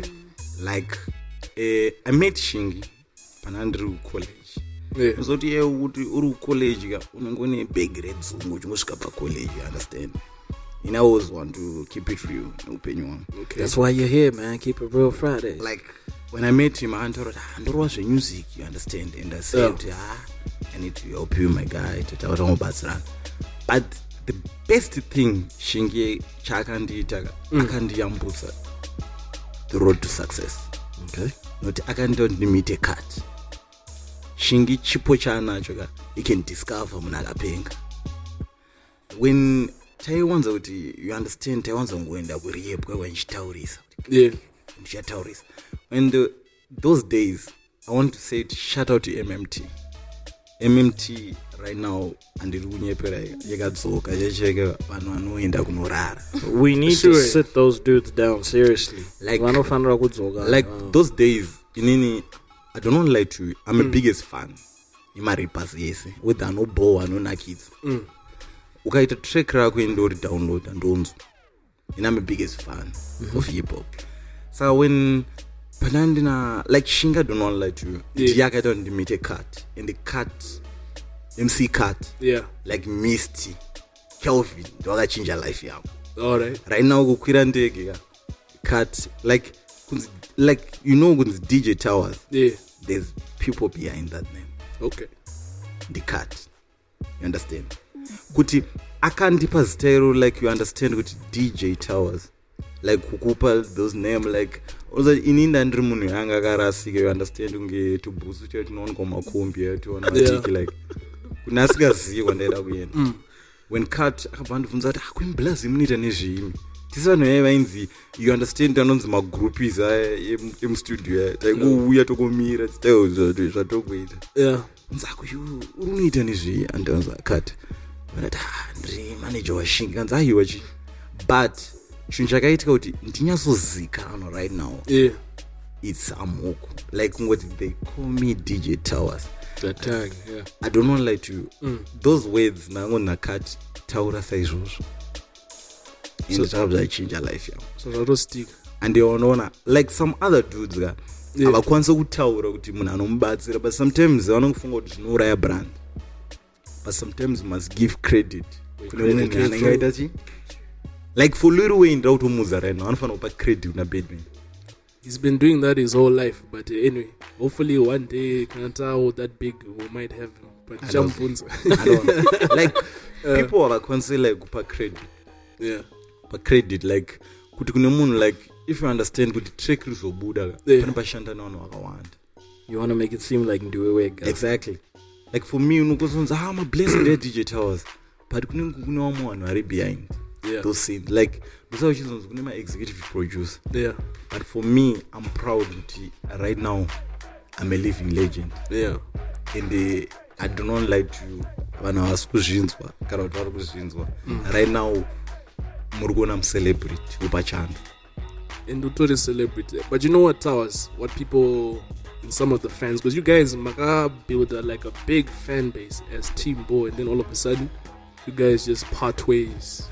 L: like eh, i met shingi pana ndiri kucollege
D: Yeah.
L: uzoti iye kuti uri kucollege ka unenge une bagrade dzongo uchingosvika pacollege you understand and i always want to keep it real neupenyu hwangu
D: That's why you're here, man. Keep it real Friday.
L: like when i met him antaura kuti "Ah, ndorova zvemusic you understand and i said ah, i need to help you my guy tataura unobatsirana but the best thing shingi chaakandiita ka, akandiyambutsa the road to success
D: Okay.
L: noti akandiita kuti ndimite cut shingi chipo chaanacho ka you can discover munhu akapenga when taiwanza kuti you understand taiwanza kungoenda kuriyepwa kwandichitaurisa
C: Yeah.
L: ndichataurisa in the, those days i want to say it, shout out to mmt mmt right now handiri kunyepera yakadzoka chacheke vanhu vanoenda kunorara
D: We need to
L: Sure.
D: sit those dudes down seriously.
L: Like-
D: vanofanira kudzoka
L: like
D: Wow.
L: those days inini i don't want to lie to you i'm mm. a biggest fan imarepers yese whether anobowa anonakidza
C: Mm.
L: ukaita track rako indori download andonzwa and i'm a biggest fan
C: Mhm.
L: of hip hop saka when pana ndina like shinga don't want to lie to you
C: Yeah.
L: ndiye akaita kuti ndimite cut and the cut mc cut
C: Yeah.
L: like misty kelvin ndowakachinja life yavo
C: All right.
L: right now kukwira ndege ka cut like kunzi like you know kunzi dj towers
C: Yeah.
L: there's people behind that name
C: Okay.
L: the cut you understand kuti akandipa zitero like you understand kuti dj towers like kukupa those name like also inini ndandiri munhu yanga akarasika you understand kunge tubhutsu tiyo tinowanikwa mumakombi ayo tiona
C: Yeah.
L: matiki like kuti asingazivi kwandaida kuenda
C: Mm.
L: when cut akabva "Ah, andibvunza kuti akwembulazi munoita nezveimi tisi vanhu yai vainzi you understand anonzi magroupies aya emu- emustudio aya taingouya eh, tokomira taiudza kuti zvatokuita
C: Yeah.
L: nzako yu uri unoita nezvei andonzwa cut vanati "Ah, ndiri manager washingi kanzi aiwa chi but chinhu chakaitika kuti ndinyatsozikanwa right now
C: Yeah.
L: its amoko like kungoti they call me dj towers
C: Tang. Yeah.
L: i don't want lie to you
C: Mm.
L: those words nango nakati taura saizvozvo and zvabva zvachinja life yavo
C: So zvatostika.
L: and unoona like some other dudes ka
C: Yeah.
L: havakwanisi kutaura kuti munhu anomubatsira but sometimes vanongofunga kuti zvinouraya brand but sometimes you must give credit kune
C: credit
L: munhu
C: is
L: anenge aita chi like for lil wayne ndira kutomudza right now anofanira kupa credit kuna bedman
C: He's been doing that his whole life, but uh, anyway, hopefully one day Kanata that big we might have him. But
L: I don't-
C: Jambunza.
L: I don't- like
C: Uh,
L: people havakwanisi like kupa credit
C: Yeah.
L: pa credit like kuti kune munhu like if you understand kuti track rizobuda ka,
C: Yeah.
L: pane pashanda nevanhu vakawanda
D: you want to make it seem like ndiwe wega.
L: exactly like for me unokuzonza ah mablessed e dj towers but kunenge kune vamwe vanhu vari behind
C: Yeah.
L: those scenes like ndosaka uchizonzi kune ma-executive producer
C: Yeah.
L: but for me i'm proud kuti right now i'm a living legend
C: Yeah.
L: and uh, i do not like to you vanhu havasi kuzvinzwa kana kuti vari kuzvinzwa right now muri kuona mucelebrity wepachando
C: and utori celebrity but you know what towers what people and some of the fans because you guys maka build a, like a big fan base as team bo and then all of a sudden you guys just part ways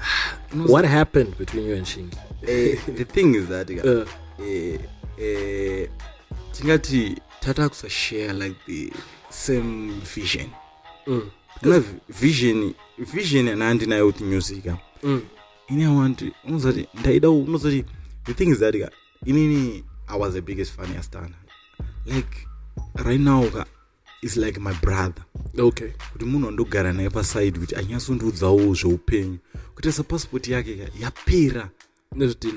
D: What happened between you and Shingi?
L: Eh, the thing is that guys,
C: Uh.
L: eh, eh, tingati tata kuzoshare like the same vision
C: Mm.
L: Kuna vi- vision vision yana handinayo kuti music ah.
C: Mm.
L: ini awanti unozati ndaida unozati the thing is that ka inini i was the biggest fan yastana like right now ka is like my brother
C: okay
L: kuti munhu andogara naye paside kuti anyatsondiudzawo zveupenyu kutarisa pasipoti yake ka yapera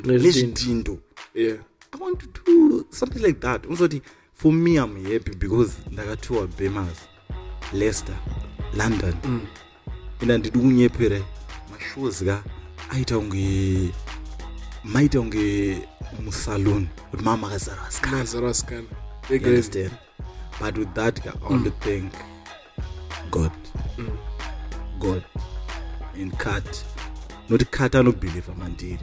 L: nezvidhindo
C: yeah
L: i want to do something like that unozoti for me i'm happy because ndakatiwa bemers leicester london
C: Mm.
L: and handidi kunyepera mashows ka aita kunge maita kunge musalon kuti maa makazara vasikana
C: Nazaraskan.
L: you understand but with that ka, i want to thank god
C: Mm.
L: god and cut not cut anobhilivha mandiri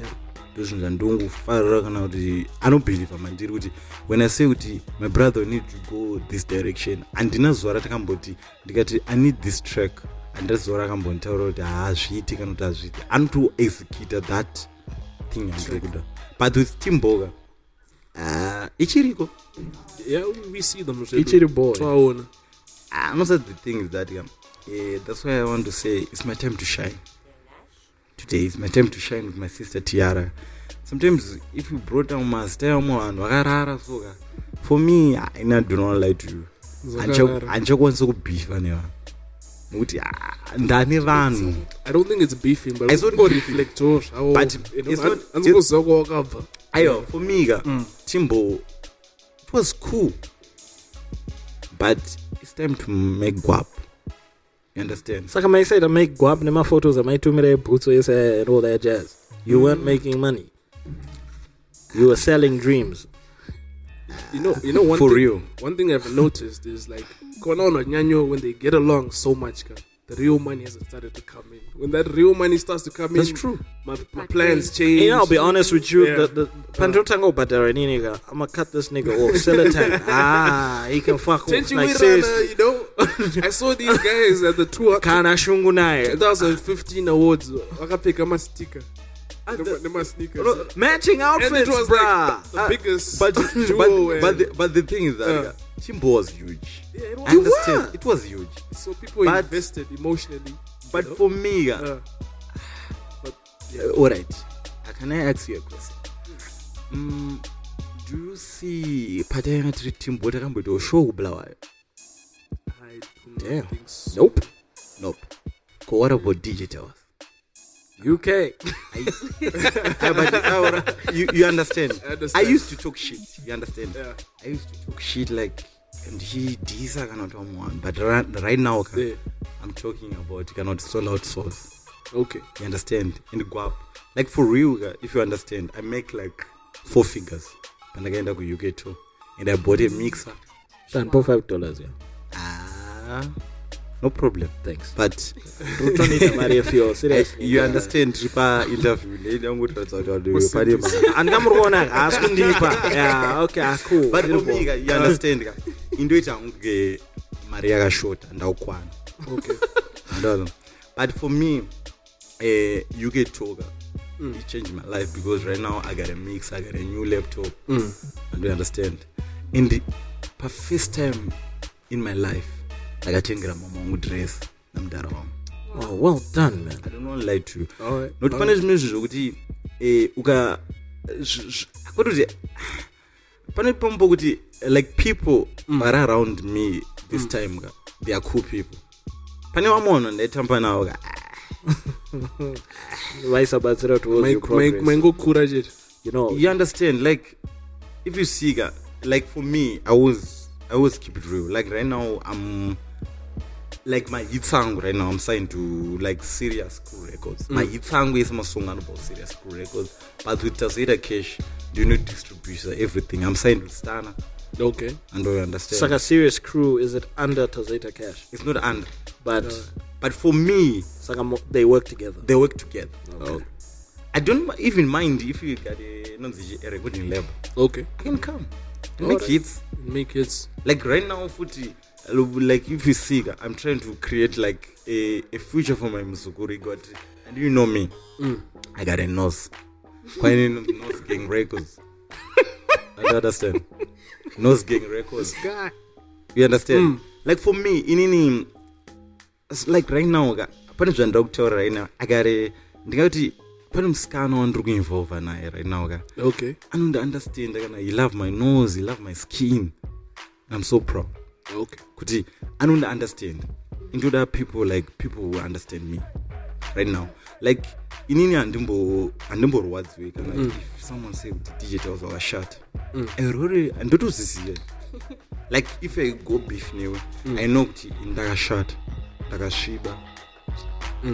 C: yeah
L: ndozvinhu zvandongofarira kana kuti anobhirivha mandiri kuti when i say kuti my brother we need to go this direction handina zuva ratakamboti ndikati i need this track handina zuva rakambonditaurira kuti haazviiti kana kuti hazviiti anotoexecuta that thing yandiri kuda but with timboka ah, ichiriko
C: yeah we see them
L: ichiri boy
C: twaona
L: Ah, most of the thing is that yeah, eh, that's why i want to say it's my time to shine today is my time to shine with my sister tiara sometimes if you brought down mazita yamwe vanhu vakarara soka for me ina do not lie to you
C: Zvakarara.
L: handichakwanisa kubhifa nevanhu nokuti ah, ndane vanhu
C: i don't think it's beefing but
L: It's not-
C: ringoreflector zvavo
L: But
C: You know,
L: it's
C: han-
L: not-
C: handizoziva kwawakabva
L: aiwa for me ka timbo it was cool but it's time to make guap you understand
D: saka maisaita make go up nemafotos amaitumira ebhutsu yese and all that jazz you weren't making money you were selling dreams
C: you know you know one
D: For
C: thing,
D: real.
C: one thing i've noticed is like kona vanhanyanyo when they get along so much ka the real money has started to come in when that real money starts to come in
D: That's true.
C: my, my plans change
D: You know, I'll be honest with you. The, the
C: Yeah.
D: Pantotango Batara nigga. I'm gonna cut this nigga off. Sell it time. ah, he can fuck off.
C: Chenchi
D: Like
C: Wirana,
D: seriously.
C: you know, I saw these guys at the tour.
D: Kana shungu naye.
C: 2015 awards. Wakapika ma sticker.
L: Ah,
C: Nema sneakers.
D: matching
C: And it
D: outfits,
C: was
D: bruh.
C: like the biggest
L: Uh, but
C: duo.
L: but,
C: and-
L: but, the, but the thing is that
C: Yeah.
L: Timbo was huge.
C: Yeah, it
L: I
C: was-
L: understand. It was huge.
C: so people
L: but-
C: invested emotionally.
L: But
C: you know?
L: for me, uh,
C: Yeah. But, yeah.
L: all right. Uh, Can I ask you a question? Mm, do you see Pataya treat Timbo Takambo show Blawayo?
C: I do not
L: Damn.
C: think so.
L: Nope. Nope. Ko what about DJ Towers?
D: UK.
L: Yeah, but, uh, you, you understand.
C: I
L: I
C: understand.
L: used to talk shit. You understand?
C: Yeah.
L: I used to talk shit like and he these are cannot one. But right, right now can-
C: Yeah.
L: I'm talking about cannot sell out souls.
C: Okay.
L: You understand? And guap. Like for real, guy, if you understand, I make like four figures. And I get into UK too. And I bought a mixer.
D: Sean, put five dollars. Yeah.
L: Ah, no problem.
D: Thanks.
L: But
D: Don't need to marry a few.
L: eh,
D: Seriously.
L: you understand tripa interview lady I'm going to talk about the party man.
D: Angamurona. Ask Kundipa. Yeah. Okay. ah, Cool.
L: but for
D: Beautiful.
L: me ka- you understand ka indoita kunge mari yakashota ndaukwana Ndaona. but for me eh, uk toka it changed my life because right now i got a mix i got a new laptop and you understand in the per first time in my life ndakatengera mama wangu dress namudara wangu
D: Oh, well done, man.
L: i don't want to lie to you
C: All right.
L: not pane zvimwe zvinhu zvokuti eh, uka zv- zv- kwatoti pane pamwe pokuti like people vari around me this time ka they are cool people pane vamwe vanhu ndaitamba navo ka
D: Vaisabatsira towards your
C: Make, make,
D: progress.
C: mango kura jet.
D: You know.
L: you understand like if you see ka like for me i always i always keep it real like right now i'm like my hits angu right now i'm signed to like serious school records my hits angu is masong about serious school records but with tazoita cash do not distribution everything i'm signed with stana
C: Okay.
L: and do you understand
D: Saka serious crew is it under Tazeta Cash,
L: it's not under
D: but
L: but for me
D: Saka mo- they work together.
L: they work together i don't mi- even mind if you got a, nonzi- a recording label
C: Okay.
L: i can come and
C: All
L: make
C: right.
L: hits
C: Make it.
L: like right now futhi like if you see i'm trying to create like a, a future for my musukuri god and you know me i got a nose quite a nose gang records i don't understand nose gang records you understand like for me inini it's like right now ka- pane zvandira kutaura right now akare ndingati pane musikana wandiri kuinvolva naye right now ka
C: Okay.
L: anondiunderstanda kana he love my nose he love my skin i'm so proud
C: Okay.
L: kuti anondiunderstand intoda people like people who understand me right now like inini handimbo- handimborwadziwi kana if someone say kuti digitals wakashata irori handotozviziva like if i go beef newe i know kuti ini ndakashata ndakasviba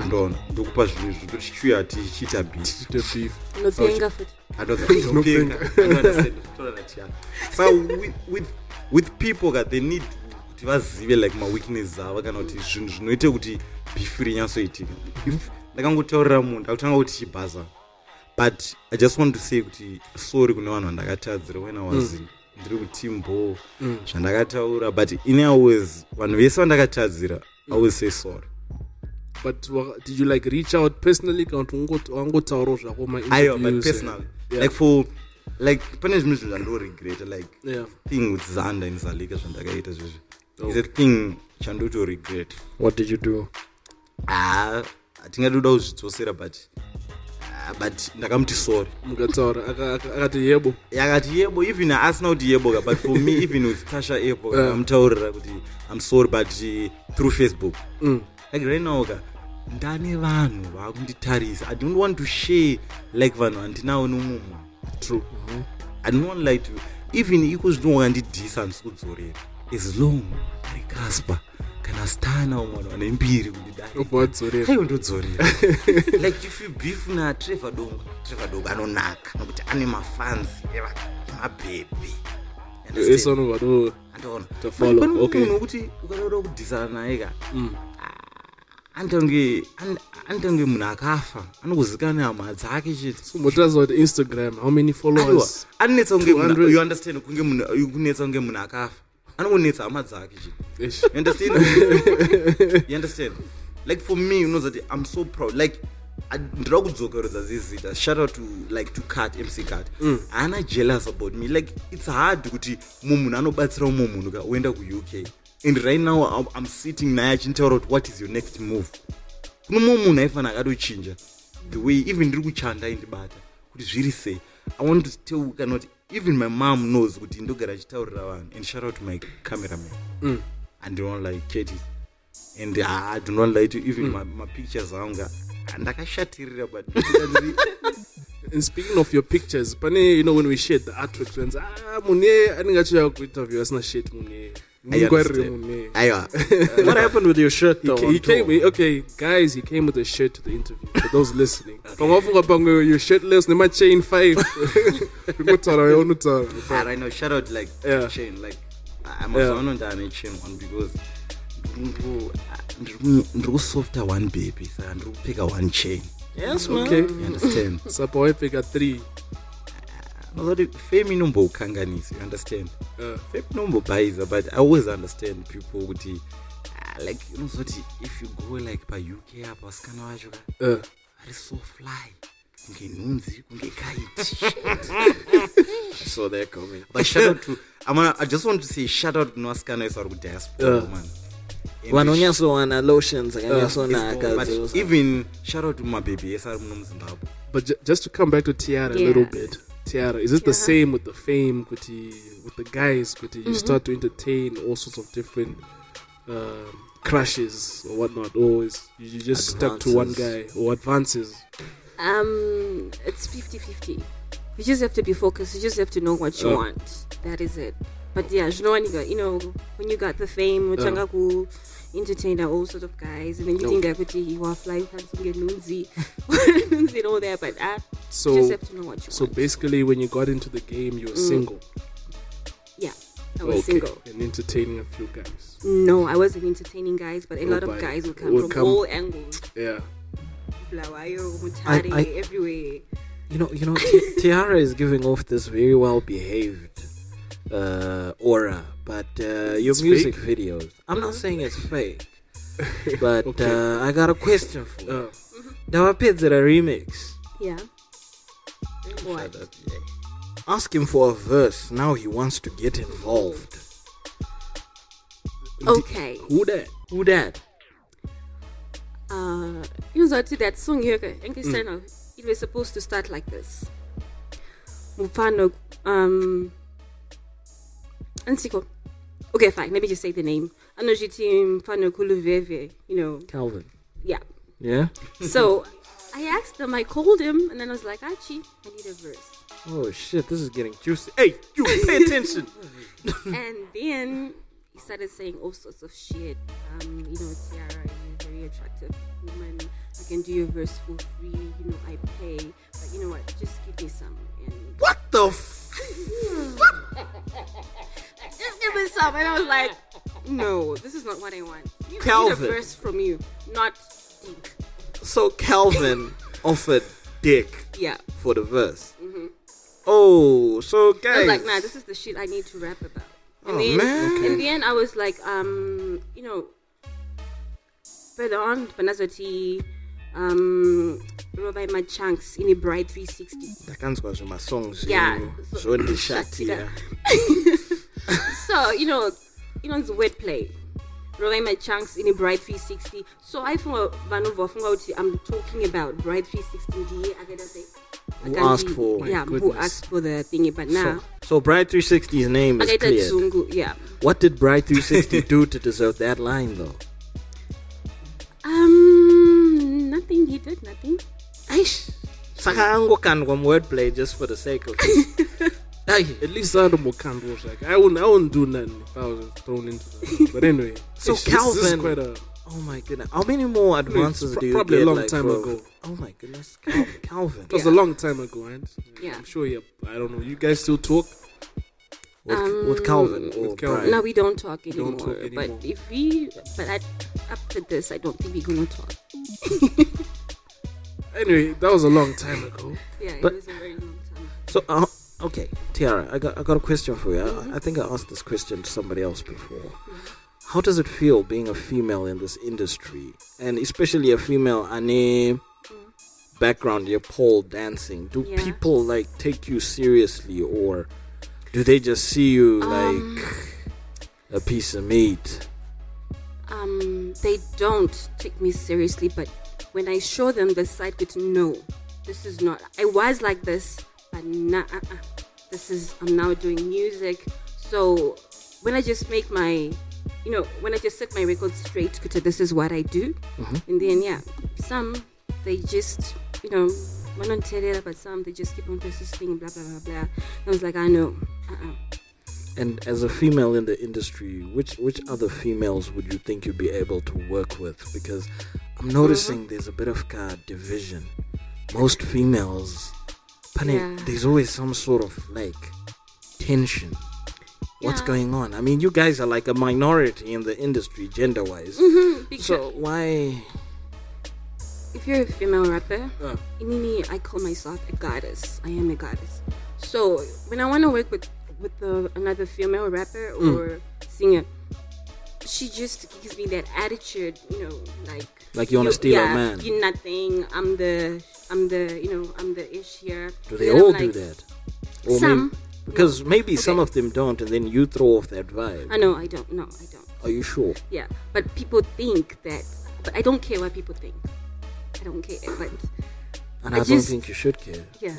L: andoona ndokupa zvinhu zvekutoti shuya tichiita beef
C: The beef.
G: Notenga foot.
L: anothenga so with, with, with people ka they need kuti vazive like uh, maweakness ava kana kuti zvinhu zvinoite kuti bhifu rinyatsoitika If ndakangotaurira munhu ndakutanga kuti chibhaza but i just want to say kuti sorry kune vanhu vandakatadzira when i was ndiri kutimbo
K: Mm.
L: zvandakataura but in always vanhu vese vandakatadzira i will say sorry
C: but wa- did you like reach out personally kana kuti wango- wangotaurawo zvako
L: aiwa
C: mainterviews
L: but
C: and-
L: personally
C: Yeah.
L: like for like pane zvimwe zvinhu zvandoregreta like
C: Yeah. Oh.
L: thing with zanda in zalika zvandakaita zvizvi is
C: Okay.
L: a thing chandotoregret
D: What did you do?
L: ah hatingatoda kuzvidzosera but ah, but ndakamuti sorry
C: mukataura aka- aka- akati yebo
L: yakati yebo even asina kuti yeboka but for me even with tasha yebo
C: Yeah.
L: amutaurira kuti i'm sorry but uh, through facebook
C: Mm.
L: like right now ka ndane vanhu vaakunditarisa i don't want to share like vanhu handinawo nomumwe
C: true
L: Mm-hmm. i don't want like to even iko zvinhu wakandidhisa handisi kudzorera as long ari casper kana stana umwana ane mbiri
C: kundidaiodzorera
L: aiwondodzorera like if you beef na trevor dongo trevor dongo anonaka nokuti ane mafanzi emabhebhi
C: ese vanobva to- Eh, to follow. Okay. Mm.
L: munhu wokuti ukadaura kudhisana naye ka anotange an- anotange munhu akafa anokuzivikana nehama dzake chete
C: mbotiratidza kuti instagram how many followers
L: Aiwa, anonetsa kunge munhu-
C: 200.
L: you understand kunge munhu- kunetsa kunge munhu akafa anokunetsa hama dzake
C: Ish.
L: chete you understand you understand like for me unoziva kuti i'm so proud like I- ndinoda kudzokeredza zizita shout out to like to cut mc cut
C: Mm.
L: haana jealous about me like it's hard kuti mumwe munhu anobatsira umwe munhu ka oenda kuuk and right now I'm- i'm sitting naye achintaura kuti what is your next move kune mumwe munhu aifanira akatochinja the way even ndiri kuchanda aindibata kuti zviri sei i want to tell kana kuti even my mom knows kuti ndogara achitaurira vanhu and shout out to my cameraman
C: Mm.
L: and don't like cages and uh, i do not like to even
C: Mm.
L: mm. my, my pictures anga ndakashatirira but
C: and speaking of your pictures pane you know when we shared the artwork friends ah munhu iye anenge achiuya kuinterview asina shit munhu iye mungwarire munhu iye
L: aiwa
D: What happened with your shirt
C: He
D: though?
C: ca-
D: on
C: he came,
D: tour?
C: he- okay, guys, he came with a shirt to the interview for those listening. From Wafunga Bango, you're shirtless, Nema Chain 5. Unotaura, unotaura.
L: Ah, right now shout out like
C: Yeah.
L: chain like i'm
C: Yeah.
L: also not on chain one because ndiri ku- ndiri kusofta one baby saka ndiri kupfeka one chain
D: Yes, man.
C: Okay.
L: You understand?
C: Sapa waipika 3.
L: nozoti fame inomboukanganisa you understand
C: Uh,
L: fame inombobhayiza but i always understand people kuti ah, like unozoti if you go like pauk apa vasikana vacho ka
C: uh,
L: vari so fly kunge nhunzi kunge kaiti
D: So they're coming.
L: but shout out to I, wanna, i just want to say shout out kuna vasikana vese vari kudiaspora
D: Yeah.
L: man And
D: Vanonyaso wana uh, lotions
L: Yeah,
D: akanyaso
L: it's cool. But even shout out to mabhebhi ese ari muno muzimbabwe
C: but ju- just to come back to Tiara a
G: Yeah.
C: little bit. Tiara, is it the same with the fame, kuti, with the guys? Kuti, you
G: Mhm.
C: start to entertain all sorts of different um, crushes or whatnot, or is, you you just stuck to one guy
D: Advances.
C: or advances?
G: Um, it's 50-50. You just have to be focused. You just have to know what you
C: Uh.
G: want. That is it. But yeah, you know when you got, you know when you got the fame,
C: Uh.
G: uh. ku entertainer, all sort of guys, and then you
C: No.
G: think that kuti E, you are flying handsome, you nunzi, nunzi and all that. But uh,
C: So,
G: you just have to know what you
C: so
G: want.
C: basically, when you got into the game, you were
G: Mm.
C: single.
G: Yeah, I was single.
C: And entertaining a few guys.
G: No, I wasn't entertaining guys, but a
C: Oh,
G: lot of
C: but
G: guys will come
C: will
G: from
C: come-
G: all angles.
C: Yeah.
G: Blawayo,
D: I-
G: Mutare,
D: I-
G: everywhere.
D: You know, you know, Ti- Tiara is giving off this very well behaved uh, aura, but uh, your
C: It's
D: music
C: fake?
D: videos. I'm not saying it's fake, but uh, I got a question for you.
C: Uh,
D: Davapedzera remix.
G: Yeah. What?
D: Ask him for a verse. Now he wants to get involved.
G: Okay.
D: Who that? Who that?
G: uh, you know, to that song here, mm. it was supposed to start like this. Mufano, um, Ansiko. Okay, fine. Let me just say the name. Anojiti Mfano Kuluveve. You know,
D: Calvin.
G: yeah.
D: Yeah.
G: So I asked him. I called him, and then I was like, Achi, I need a verse.
D: Oh shit! This is getting juicy. Hey, you pay attention.
G: and then he started saying all sorts of shit. Um, you know, Tiara, you're a very attractive woman. I can do your verse for free. You know, I pay. But you know what? Just give me some. And
D: what the? F-
G: just give me some. And I was like, no, this is not what I want. You I need a
D: Calvin.
G: verse from you, not dick.
D: so Calvin offered dick
G: Yeah.
D: for the verse.
G: hmm
D: Oh, so
G: I was
D: guys,
G: like, nah, this is the shit I need to rap about. In,
D: Oh,
G: the, end,
D: man. Okay.
G: in the end, I was like, um, you know, further on, Panazoti, um, Robai my chunks in a bright 360.
D: ndakanzwa zvemasong
G: Yeah,
D: zvenyu
G: so-
D: zvondishatira
G: so, you know, you know, it's wordplay. Robai my chunks in a bright 360. So I thought, Vanu Vofunga, uti, I'm talking about bright 360. ndiye akadaze-
D: Who
G: akandi-
D: asked for- My
G: Yeah, who
D: goodness.
G: asked for the thingy, but now.
D: so, so bright 360's name is
G: akaita
D: clear
G: dzungu yeah
D: what did bright 360 do to deserve that line though
G: Um, nothing. He did nothing. Aish.
D: saka angokandwa muwordplay just for the sake of it.
C: At least I don't can rush. Like I wouldn't, I wouldn't do nothing if I was thrown into that. But anyway,
D: so
C: this-
D: calvin
C: this is quite a
D: oh my goodness how many more
G: Hmm.
D: advances
C: pro-
D: do you
C: probably a
D: get,
C: long
D: like,
C: time
D: for-
C: ago.
D: oh my goodness Cal- calvin
C: It was a long time ago, and
G: Yeah.
C: I'm sure. Yeah, I don't know. You guys still talk
G: With- with Um,
D: Calvin
L: Oh,
D: or Brian?
G: No, we don't talk
C: You
G: anymore.
C: don't talk anymore.
G: But if we, but I, after this, I don't think we're gonna talk.
C: anyway, that was a long time ago.
G: Yeah,
D: But-
G: it was a very long time.
D: So, uh, okay, Tiara, I got, I got a question for you. I, I think I asked this question to somebody else before. How does it feel being a female in this industry, and especially a female ane background, your pole dancing? Do
G: Yeah.
D: people like take you seriously, or do they just see you like a piece of meat?
G: Um, they don't take me seriously, but when I show them the side, it's no, this is not. I was like this, but nah, uh, uh, this is. I'm now doing music, so when I just make my, you know, when I just set my record straight, kuta, this is what I do,
D: Mhm.
G: and then yeah, some they just, you know, one on terera, but some they just keep on persisting, blah blah blah blah. And I was like, I know, uh-uh.
D: And as a female in the industry, which which other females would you think you'd be able to work with? Because I'm noticing
G: Mm-hmm.
D: there's a bit of uh, division. Most females, Pane,
G: Yeah.
D: there's always some sort of like tension. What's
G: Yeah.
D: going on? I mean, you guys are like a minority in the industry, gender wise.
G: Mhm,
D: So why?
G: if you're a female rapper,
D: Yeah.
G: Inini, I call myself a goddess. I am a goddess. So when I want to work with with the, another female rapper
D: Mm.
G: or singer, she just gives me that attitude, you know, like
D: Like you wanna steal her
G: yeah,
D: man.
G: You nothing. I'm the I'm the you know I'm the ish here.
D: Do they
G: Then I'm
D: all do
G: like,
D: that? may-
G: Some.
D: because maybe some of them don't, and then you throw off that vibe.
G: I know I don't. No, I don't.
D: Are you sure?
G: Yeah, but people think that. But I don't care what people think. I don't care. But
D: And
C: I
D: I,
C: just-
D: don't think you should care.
G: yeah.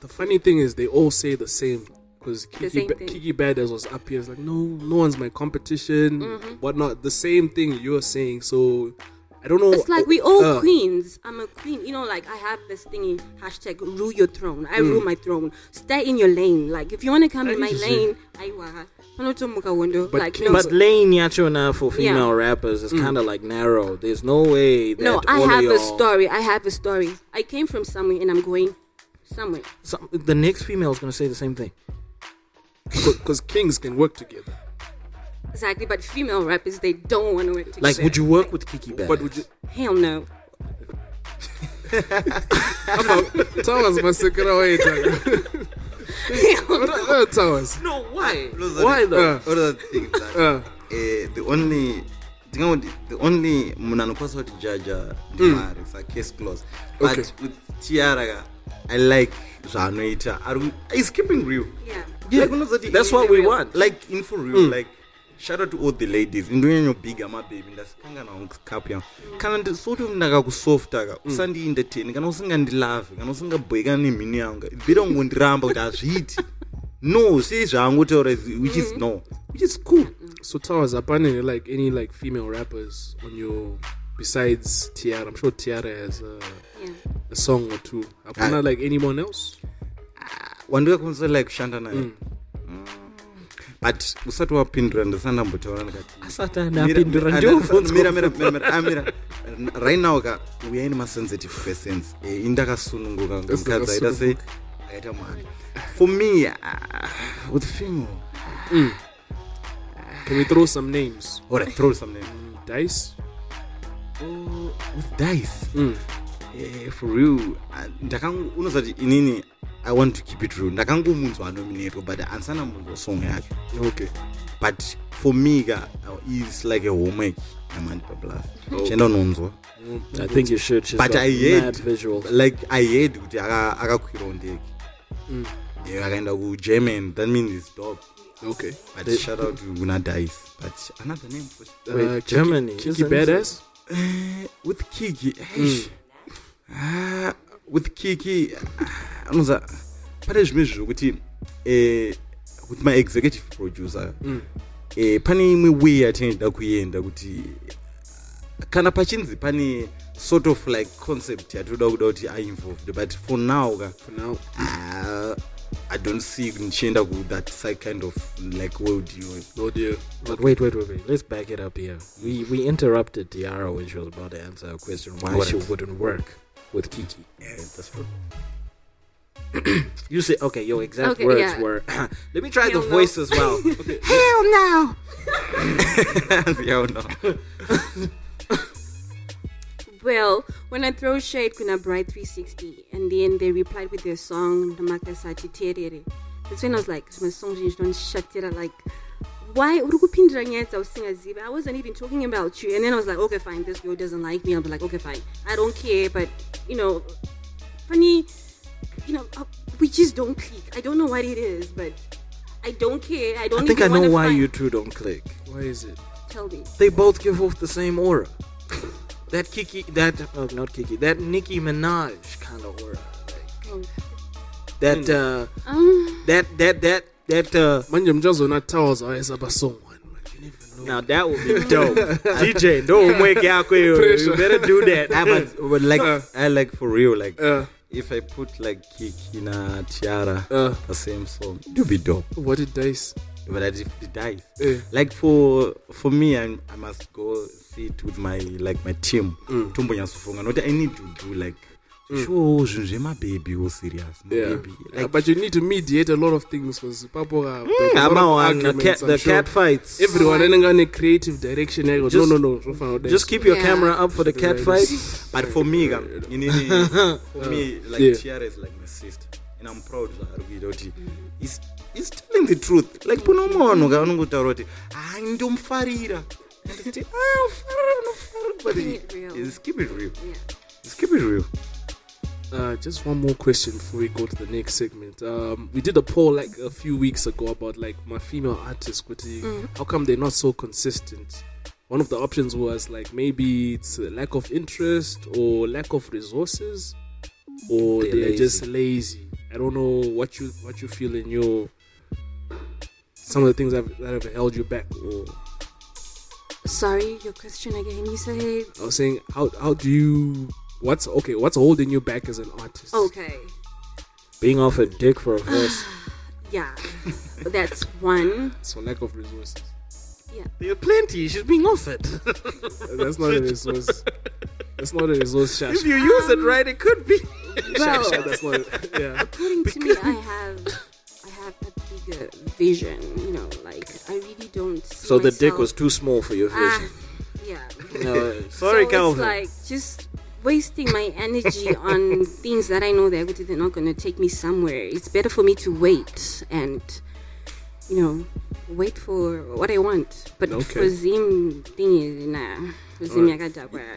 C: The funny thing is, they all say the same. Because Kiki,
G: same
C: Ba-
G: thing.
C: Kiki Badass was up here, it's like, no, no one's my competition,
G: Mhm.
C: whatnot. The same thing you're saying. So I don't know.
G: It's like we all
C: Uh,
G: queens. I'm a queen. You know, like I have this thingy hashtag rule your throne. I rule
C: Mm.
G: my throne. Stay in your lane. Like if you want to come in my
D: Easy.
G: lane, I will.
D: But,
G: like
D: but lane yachona for
G: Yeah. Mm.
D: female rappers is kind of like narrow. There's no way that
G: no, I
D: all of
G: have a
D: y'all-
G: story. I have a story. I came from somewhere and I'm going somewhere.
D: Some, the next female is gonna say the same thing.
C: Because kings can work together.
G: Exactly. But female rappers, they don't want to work together.
D: Like, would you work with Kiki Bad?
C: But would you?
G: Hell no.
C: Tell us, my second away. Tell us.
D: No, why?
L: Those are
C: Why
L: the-
C: though?
L: all the things that, eh, the only ndingauti the only munhu anokwanisa kuti jaja ndimari mm. sacase close but
C: Okay.
L: with tiara ka, i like zvaanoita Ari ku- he's keeping real Like, eh, unozoti
D: that's
L: in-
D: what we want.
L: like in for real like shout out to all the ladies indonyanyobhiga mabhebi ndasikanganao nkikapu yangu kana ndi- soti ndakakusofta ka usandientertain kana usingandilavi kana usingabhekana nemhini yangu bhira kungondiramba kuti hazviiti no sei zvaangotaura is- which is no which is cool
C: So tell us, apparently, like any like female rappers on your besides Tiara, I'm sure Tiara has a, a song or two. Apana, like anyone else?
L: wandakakwanisa like kushanda naye Hmm. but usati wapindura ndisana mbotaura
D: Asati andapindura, ndiwobvunza.
L: ndikatimira Ah, right now ka uyai nemasensitive persons Eh, indakasununguka
D: This is
L: mukadzi aita sei akaita mwana for me ah, with female
C: Can we throw some names?
L: all right throw some name
C: Dice?
L: with dice
C: Mm.
L: Eh, for real Ah, ndakango- unozati inini i want to keep it real ndakangomunzwa anominatwa but andisana munzwa song yake
C: okay
L: but for me ka uh, is like a homework yamanti pablas
D: Oh.
L: chenda unonzwa
D: Mm, I think you should. She's
L: but
D: got
L: i heard
D: mad visuals.
L: like i heard kuti aka- akakwirawo ndege
D: Mm.
L: Yeah, akaenda kugerman that means is dog
C: okay
L: but
D: They-
L: shout out to gunadice but another name for
D: Wait, Kiki- Kiki Badass?
L: Eh, with Kiki.
D: Mm.
L: eish. Ah, with Kiki. ah, anonza pane zvimwe zvokuti eh, with my executive producer
C: Mm.
L: eh, pane imwe way yatinida kuenda kuti kana pachinzi pane sort of like concept yatoda kuda kuti ainvolved but for now ka
C: for now
L: uh, i don't see ndichienda ku that side kind of like world iyoyo
C: oh dear
D: But wait, wait, wait, wait. Let's back it up here. We we interrupted Tiara when she was about to answer a question why
L: What
D: she
L: else?
D: wouldn't work with Kiki.
L: yeah, that's true
D: You say okay, your exact
G: Okay,
D: words
G: yeah.
D: were. Let me try
G: Hell
D: the
G: no.
D: voice as well.
G: Hell no!
L: yeah, no.
G: Well, when I throw shade, Kuna Bright 360, and then they replied with their song, Namakasachi Terere. That's when I was like, my song is don't shut it up. Like, why? Urukupindra nyet, I was singing Ziba. I wasn't even talking about you. And then I was like, okay, fine, this girl doesn't like me. I'll be like, okay, fine. I don't care, but, you know, funny, you know, uh, we just don't click. I don't know what it is, but I don't care. I don't
D: I think I
G: even
D: know
G: wanna
D: why
G: find-
D: you two don't click.
C: Why is it?
G: Tell me.
D: They both give off the same aura. That Kiki, that oh, not Kiki, that Nicki Minaj kind of aura.
G: Oh.
D: That uh,
G: Um,
D: that that that that uh.
C: manje mjazo natawazwa ezabasomeone
D: Now that would be dope, DJ. Don't wake out, you better do that.
L: I but, but like
C: Uh.
L: I like for real like
C: Uh.
L: if I put like Kiki na Tiara
C: Uh.
L: the same song it would be dope
C: what it dice
L: but I if it dies
C: Eh.
L: like for for me I, I must go sit with my like my team
C: Mm.
L: tombonyatsofunga not I need to do like sure zvinhu zvemababy wo serious
C: yeah.
L: mababy
C: Uh,
L: like
C: but you need to mediate a lot of things because papo ka- there's a lot of
D: Ama one, the cat,
C: arguments, I'm
D: the
C: sure.
D: cat fights.
C: everyone anenge ane creative direction yako no
D: Just-
C: no no zvofana kudai
D: Just keep your
G: Yeah.
D: camera up for the cat fights.
L: but for me ka- inini for me like
C: Yeah.
L: Tiara is like my sister and I'm proud zvaari kuita kuti is is telling the truth like pane umwe vanhu ka vanongotaura kuti hai ndomufarira And it's still, "Ah, unofarira, unofarira," but
G: Keeping it real.
L: it's keep it real
G: yeah.
L: It's keep it real
C: Uh, just one more question before we go to the next segment. Um, we did a poll like a few weeks ago about like my female artists. Kuti,
D: Mm.
C: How come they're not so consistent? One of the options was like maybe it's a lack of interest or lack of resources, or they're,
D: They're lazy.
C: just lazy. I don't know what you what you feel in your some of the things that have, that have held you back. Or
G: Sorry, your question again. You said
C: I was saying, how how do you? What's okay? What's holding you back as an artist?
G: okay.
D: Being off a dick for a first.
G: Yeah, that's one.
C: So lack of resources.
D: There are plenty. She's being offered.
C: That's not a resource. That's not a resource, Shash.
D: if you use it right, it could be.
G: Well,
C: That's not. A, yeah.
G: according to me, I have, I have a bigger vision. You know, like I really don't. See
D: So the dick
G: myself-
D: was too small for your
G: Ah,
D: vision.
G: yeah.
D: No, sorry,
G: so
D: Calvin.
G: It's like just wasting my energy on things that I know they're good- they're not going to take me somewhere. It's better for me to wait and, you know, wait for what I want. But for
C: Okay.
G: Zim, thing is, nah. For Zim, I got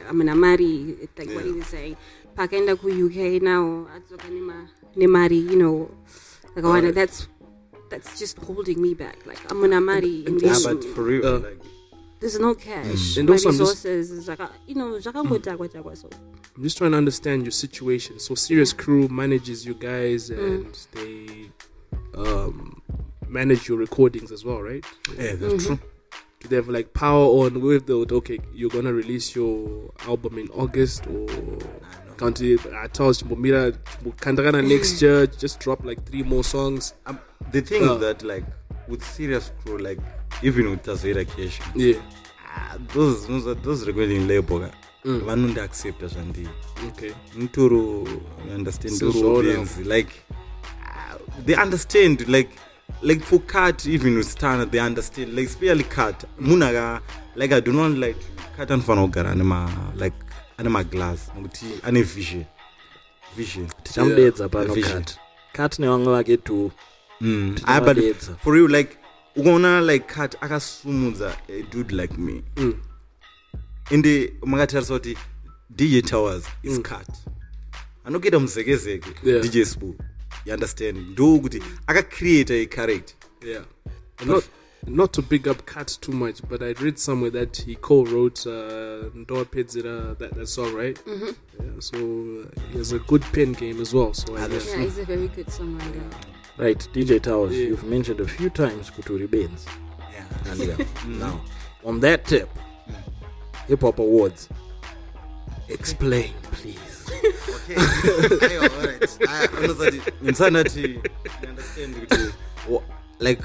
G: I'm gonna marry. It's like what you say. Pakenda ku UK now. atsoka nema- nemari, You know, like I wanna, that's. That's just holding me back. Like I'm gonna marry. in
L: yeah,
G: this-
L: but for real
C: Uh,
L: like
G: there's no
D: Mm.
G: cash.
C: And
G: My
C: also I'm just-
G: resources is like, uh, you know, zvakangotakwa- takwa, so
C: I'm just trying to understand your situation. So Serious Crew manages you guys, and they um, manage your recordings as well, right?
L: yeah
G: Mm-hmm.
L: that's true
C: Do they have like power on with the okay? You're gonna release your album in August or. County, I tell Mira, Kandagana next year, just drop like three more songs.
L: um, the thing
C: Uh.
L: is that like with serious crew like even with Tazera Kesha
C: Yeah,
L: ah, those those those recording label ka vanondiaccepta zvandiri
C: okay.
L: mutoro you understand
C: So
L: toro
C: sorry.
L: audience like uh, they understand like like for cut even with stana they understand like especially cut munhu aka like i do not like cut anofanira kugara nema like ane maglass nokuti ane vision vision
D: tichamudeedza pano
L: Vision.
D: kat kat nevamwe vake two
L: Mm. Ah, but
D: tichamudeedza
L: for you like ukaona like kat akasumudza a dude like me
D: Mm.
L: ende makatarisa kuti dj towers is
D: Mm.
L: cut anokuita muzekezeke
C: Yeah.
L: dj sbu you understand ndokuti akacreata a character
C: Yeah. And Not, not to big up Cat too much, but I read somewhere that he co-wrote uh, Ndoa Pedzira, that, that's all right.
G: Mhm.
C: Yeah, so uh, he has a good pen game as well. So I guess.
G: Yeah, he's a very good songwriter.
D: right dj towers
C: Yeah.
D: you've mentioned a few times kuti uri benzi
L: Yeah.
D: And, uh,
L: Mm.
D: now on that tip hip hop awards explain please
L: Ah, ndisandati understand kuti wa- like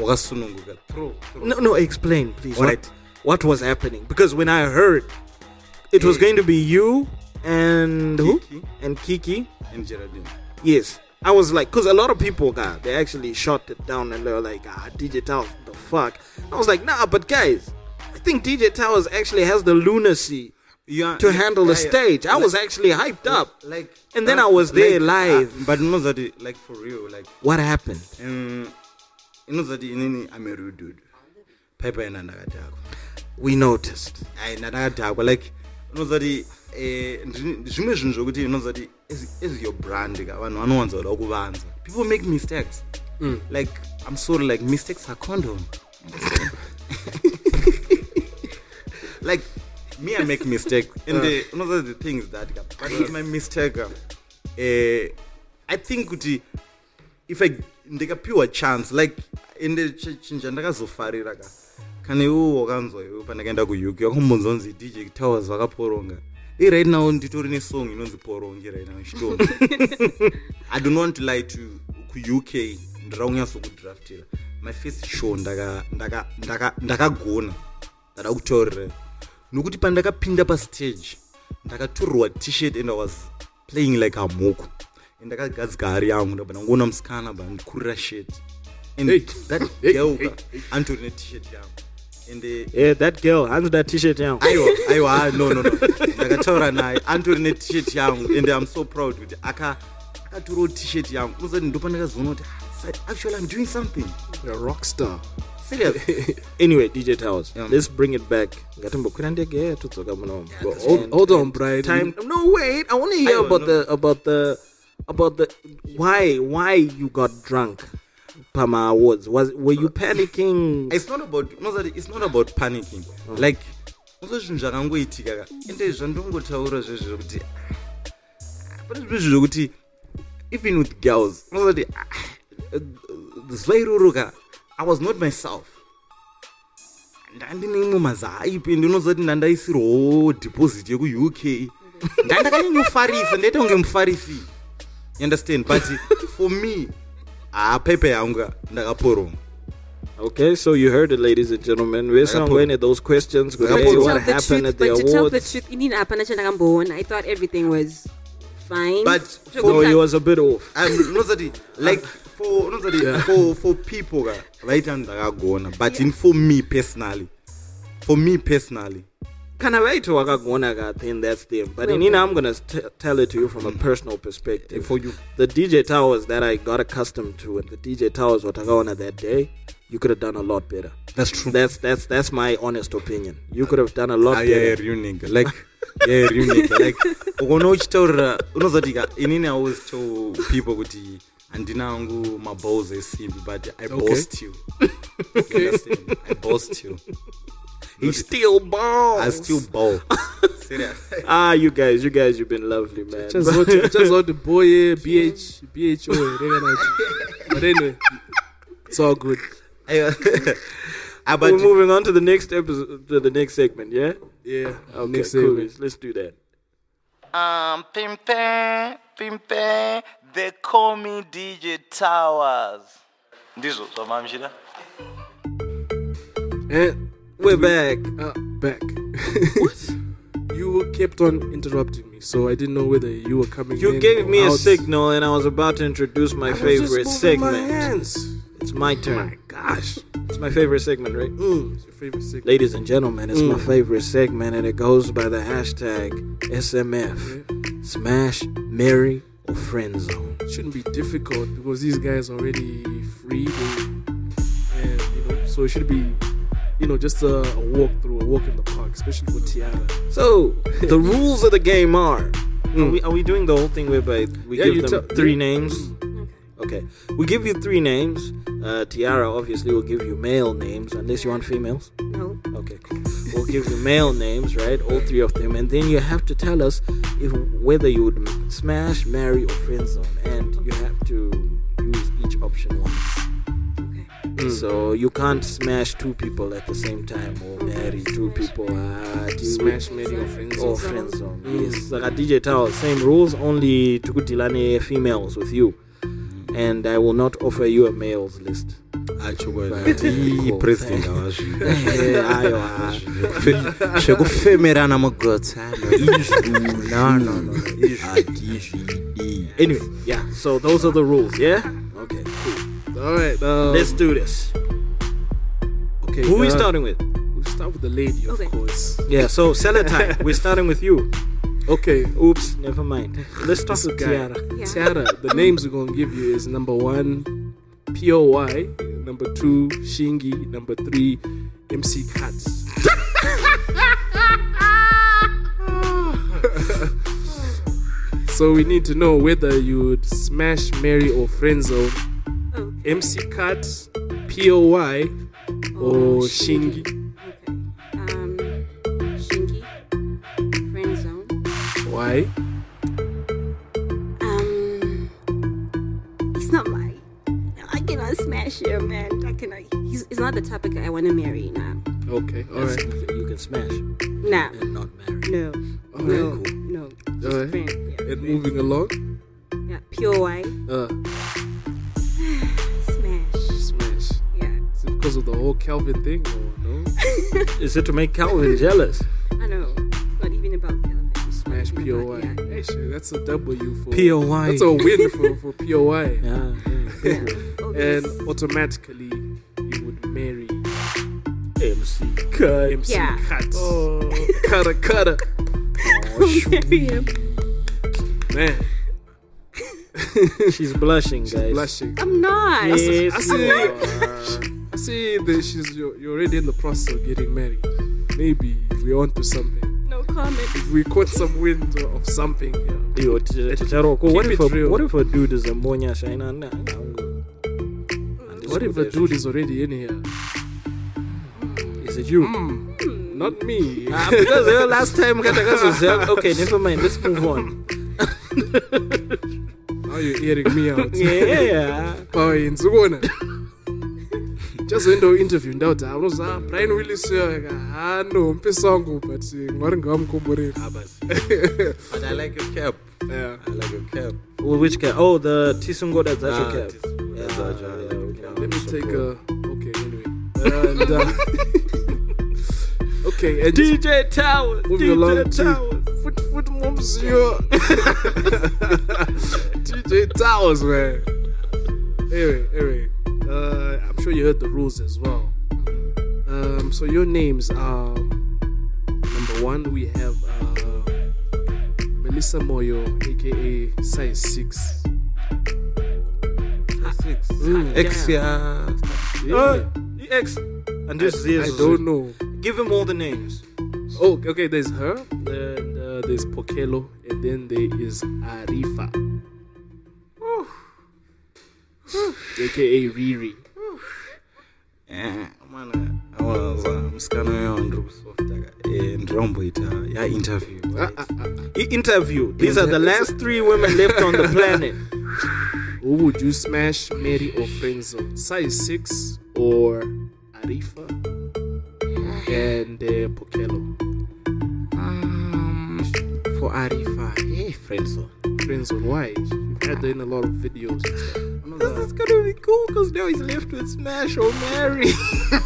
L: wakasununguka Throw, throw.
D: No, no, explain, please.
L: All
D: What,
L: right.
D: what was happening? Because when I heard it was
L: Yeah.
D: going to be you and who?
L: Kiki.
D: And Kiki.
L: and geraldine
D: Yes. I was like, because a lot of people, God, they actually shot it down and they were like, ah, DJ Towers, the fuck. I was like, nah, but guys, I think DJ Towers actually has the lunacy
L: Yeah,
D: to handle the
L: yeah, yeah.
D: stage. I was
L: Like-
D: actually hyped up.
L: like
D: and then I was there live.
L: uh, but no that like for real like
D: what happened?
L: um inozati inini i'm a real dude paipaina ndakadhakwa
D: We noticed.
L: ai ndakadhakwa like unozati eh, ndini- zvimwe zvinhu zvokuti unozati as as your brand ka vanhu vanowanza kuda kuvanza people make mistakes
C: Mm.
L: like i'm sorry like mistakes are condom like me i make mistake and
C: Yeah.
L: the, unozati the thing is that ka but it's my mistake ka eh, i think kuti if i ndikapiwa chance like ende chi- chinhu chandakazofarira ka kana iwo wakanzwa iwe pandakaenda kuuk wakumbonzwa kunzi dj towers vakaporonga i right now nditori nesong inonzi porongi right now chitoni i don't want to lie to kuuk ndira kunyatsokudhiraftira my first show ndaka- ndaka- ndaka- ndakagona ndada kutaurira nokuti pandakapinda pastage ndakaturwa tshirt and i was playing like a moko and ndakagadzika hari yangu ndabva ndangoona musikana ba ndikurira shit and
C: Hey.
L: that
C: Hey,
L: girl
C: hey,
L: ka anditori netshirt yangu and eh,
D: Yeah, that girl, hands that t shirt down.
L: aiwa aiwa ah, no no no ndakataura naye anditori netshirt yangu and i'm so proud kuti aka akatirawo tshirt yangu unozati ndopandakazoona kuti ah, side- actually i'm doing something
C: You're a rock star.
L: serious
D: anyway dj towers
L: Yeah.
D: let's bring it back ngatimbokwira ndege yatodzoka muno
C: But
D: Oh,
C: hold, hold on, Brian.
D: time no wait i want to hear
L: Aiwa,
D: about
L: no.
D: the about the about the why why you got drunk pama awards was were you panicking
L: it's not about unozati it's not about panicking like unzo zvinhu zvakangoitika ka ende zvandongotaura zvezvo kuti ah, pane zvimwe zvinhu zvokuti even with girls ah, unozati zvairoroka i was not myself ndandine imwe mazaipi ende unozati ndandaisirwawo deposit yekuuk ndandakanyanyufarisa ndaita kunge mufarisi You understand but for me hapaipa yangu ndakaporonga
D: okay so you heard it ladies and gentlemen we're
L: Ndakapora.
D: sangweni those questions
L: Ndakapora.
D: related to what
G: Tell the
D: happened
G: truth,
D: at the
G: but to tell the
D: awards
G: truth, inini hapana chandakamboona. I thought everything was fine.
L: But
G: So
D: no
G: good
D: you
G: luck.
D: was a bit off
L: um, no that it- like for no that it-
C: Yeah.
L: for for people ka right and ndakagona but in for me personally for me personally
D: kana vaiti wakagona ka then that's them but inini i'm gonna t- tell it to you from a personal perspective
L: for you
D: the DJ towers that I got accustomed to and the DJ towers what I got on that day, you could have done a lot better.
L: that's true
D: That's that's that's my honest opinion. You could have done a lot
L: Ah, yeah, yeah,
D: better.
L: real nigga. like yeah, real nigga. like ukaona uchitaurira unozati ka inini i always tell people kuti handina angu mabowls esimbi but i
C: Okay.
L: bossed you You understand? i bossed you
D: He still balls.
L: i still ball serious
D: ah, you guys, you guys, you've been lovely, man.
C: Just what, just what the boy, eh, BH, BHO, eh, they gonna- But anyway, it's all good.
L: Ah,
D: But
L: but
D: we're moving on to the next episode, to the next segment. Yeah.
C: Yeah.
D: Okay.
C: Next
D: cool.
C: segment.
D: Let's do that.
E: Um,
K: I'm pimping, pimping. They call me DJ Towers. ndizvo zvamamuchida
C: And
D: We're back.
C: Eh, uh, back. what? You kept on interrupting me, so I didn't know whether you were coming.
D: You
C: in
D: gave
C: or
D: me a
C: out.
D: signal, and I was about to introduce my
C: I was just
D: favorite
C: moving my
D: segment.
C: hands.
D: It's my turn.
C: Gosh.
D: It's my favorite segment, right?
C: Mm, it's your favorite segment.
D: Ladies and gentlemen, it's my
C: Mm.
D: favorite segment, and it goes by the hashtag SMF Smash, Marry, or Friend Zone.
C: shouldn't be difficult because these guys are already free and, and you know so it should be you know just a, a walk through a walk in the park especially with tiara
D: So, the rules of the game are. Are, we, are we doing the whole thing whereby we
C: Mm. Yeah, you Mm.
D: give them
C: tell-
D: three
C: yeah.
D: names? Okay. We give you three names. Uh, Tiara obviously will give you male names, unless you want females.
G: No.
D: Okay, cool. We'll give you male names, right? All three of them, and then you have to tell us if whether you would m- smash, marry, or friend zone, and you have to use each option once. Okay. So you can't smash two people at the same time or marry two people. Uh,
C: Smash, marry, or friend
D: Or
C: zone.
D: friend zone.
C: Mm.
D: Yes. Like a DJ Tao, same rules. Only tukutilane females with you, and I will not offer you a males list. But- Cool.
L: ipurezidendi avazvida
D: Eh, ayo,
L: Fe- zvekufemerana mugotsana izvi no, no, no, izvi hatizvidi
D: anyway yeah so those are the rules yeah okay
C: all right um,
D: Let's do this.
C: okay
D: Who we
C: uh,
D: starting with?
C: we'll start with the lady of course
D: Yeah, so Celatine, we're starting with you.
C: okay
D: Oops, never mind. Let's talk
C: This
D: with
C: guy, Tiara,
D: Tiara.
C: the names we're gonna give you is number one, POY, number two, Shingy, number three, MC Cats. so we need to know whether you'd smash, marry, or friendzone MC Cats, POY, or Shingy.
G: Shingy, friend zone.
C: Why?
G: Um, he's not my. I cannot smash him, man. I cannot. He's, he's not the type of guy I want to marry. Nah,
C: Okay, all right.
D: You can smash.
G: nah,
D: Not Eh? marry.
G: no,
C: All right,
G: no,
C: cool.
G: no.
C: All right. And moving along,
G: Yeah, pure white
C: uh,
G: smash.
C: smash.
G: Yeah,
C: Is it because of the whole Calvin thing or no?
D: Is it to make Calvin jealous?
G: I know. It's not even about Calvin.
C: Smash POI.
G: Yeah.
C: Hey, shit, that's a W for
D: POI.
C: That's a win for, for POI.
D: Yeah.
C: And
G: Obvious.
C: automatically, you would marry
D: MC Cut.
C: MC
G: Yeah. Oh.
C: Cuts. Cutter, cutter.
D: Oh,
G: marry him.
C: Man,
D: She's blushing, guys.
C: blushing.
G: I'm not.
D: Yes,
C: I see-
D: you
C: I see that she's you're, you're already in the process of getting married. Maybe we're onto something.
G: No comment.
C: If we caught some wind of something here.
D: are. Yo, Ch- Chicharoko, what
C: Keep
D: if
C: it
D: a
C: real.
D: what if a dude is a monya shina? Nah, nah, I'm good.
C: What if a dude is already in here?
D: Is it
C: Mm.
D: you?
C: Not me.
D: Ah, because uh, last time Katakasu okay, never mind. Let's move on.
C: Now you're hearing me out.
D: Yeah.
C: pawenzi kuona chazoendawo interview ndauti anoza brian willis uyo hano mpesa wangu but eh, mwari ngavamukomborera
L: but i like your cap i like your cap
D: Well, which guy? Oh, the Tisungo that's
L: Ah,
D: actually kept.
L: Tisungo
D: Yeah,
L: Dazacho,
D: yeah, we can
C: let me
D: support.
C: take a okay anyway and uh, okay and
D: DJ Towers.
C: Moving along to-
D: Foot foot moves
C: Yo. DJ Towers, man. Anyway, anyway, uh, I'm sure you heard the rules as well. Um, so your names are number one. We have uh, Melissa Moyo, aka Size Six.
L: six
C: Mm.
L: x ya
D: Uh, EX. And this
C: I
D: is.
C: don't know.
D: Give him all the names.
C: Oh, okay. There's her. Then uh, there's Pokelo, and then there is Arifa, aka Riri.
L: Eh, mwana awaza musikana uyo ndiri kusofta ka. Eh, ndiramboita ya interview
D: Ah,
L: right?
D: I- E interview. These are the last three women left on the planet.
C: Who would you smash, Mary or Frenzo? Size 6 or Arifa? And uh, Pokelo.
L: Um, for arifa eh, hey, friendzone
C: Frenzo, why? You've had that in a lot of videos. and stuff.
L: Another-
D: gonna be cool because now he's left with Smash or Mary.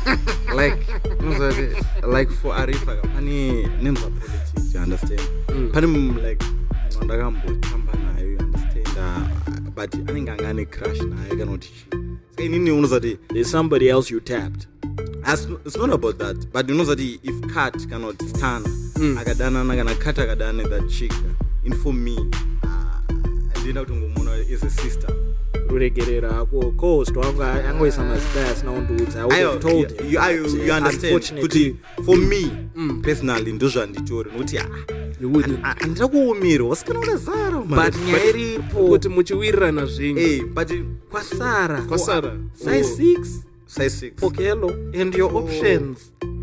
L: like another day, like for arifa ka, pane nemza politics you understand
D: Mm.
L: pane m- like munhu ndakambotamba nayo you understand Ah, but anenge anga ane crush naye kana kuti chii. inini unozati
D: there's somebody else you tapped
L: As, it's not about that but unozati if cat kana kuti stan
D: Mm.
L: akadanana kana cat akadana that chick in for me ah, ndinoenda kutongomuona as a sister
D: kuregerera ako cost wangu a- angoisa mazita asinaundiudza
L: Ayo, you- you- ayo, you understand kuti for me
C: Mm.
L: personally ndozvanditori nokuti ah, handida kuumirwa vasikana unazara
C: But nyaya iripo kuti muchiwirirana
L: Eh, but kwasara
C: Kwasara.
L: size
C: Oh.
L: 6 size 6
D: pokelo and your options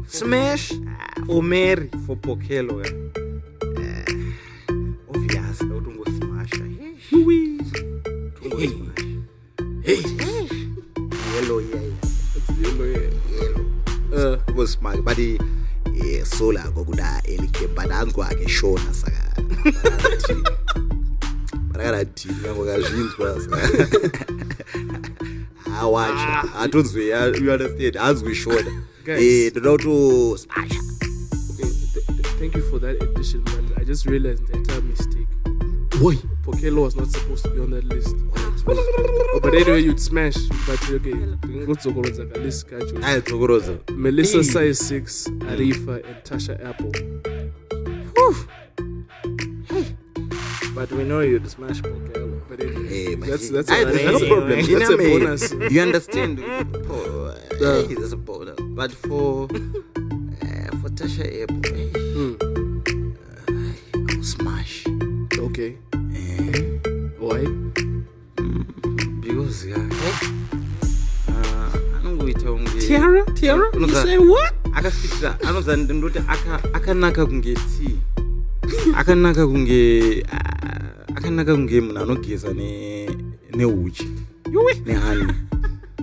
D: smash or marry
L: for pokelo eh. Eh, obvious utongosmasha yellow yeah yellow ungosmaka but eh, so lako kuda elikemba nangu akeshona saka rakarathini kango kazvinzwa saka hawacho hatonzwi ya- you understand hanzwi shona
C: Ah. Guys.
L: Eh, ndoda kuto
C: Thank you for that addition, man. I just realized the entire mistake.
L: Why?
C: Pokelo was not supposed to be on that list. Oh, but anyway, you'd smash. But okay, ngotsokolodza ka list kacho.
L: ayadzokoroza
C: Melissa size six, Arifa, and Tasha Apple.
D: but we know you'd smash pokelo
C: but anyway,
L: Eh, but
C: that's
L: he-
C: that's
L: I-
C: another-
L: there's no
C: that's
L: problem.
C: a-
L: You
C: That's
L: know
C: a
L: me.
C: bonus.
L: You understand? Oh, eh, there's a bonus. But for eh, for Tasha Apple, eh,
C: Hmm.
L: eh, I'll smash
C: Okay.
L: Eh.
C: Why?
L: because yeah, eh, uh, anongoita unge
D: tiara tiara you
L: Unozwa-
D: say what
L: akafitirira anonza ndoti aka- akanaka kunge tea akanaka kunge ah, akanaka kunge munhu anogeza ne- neuchi nehani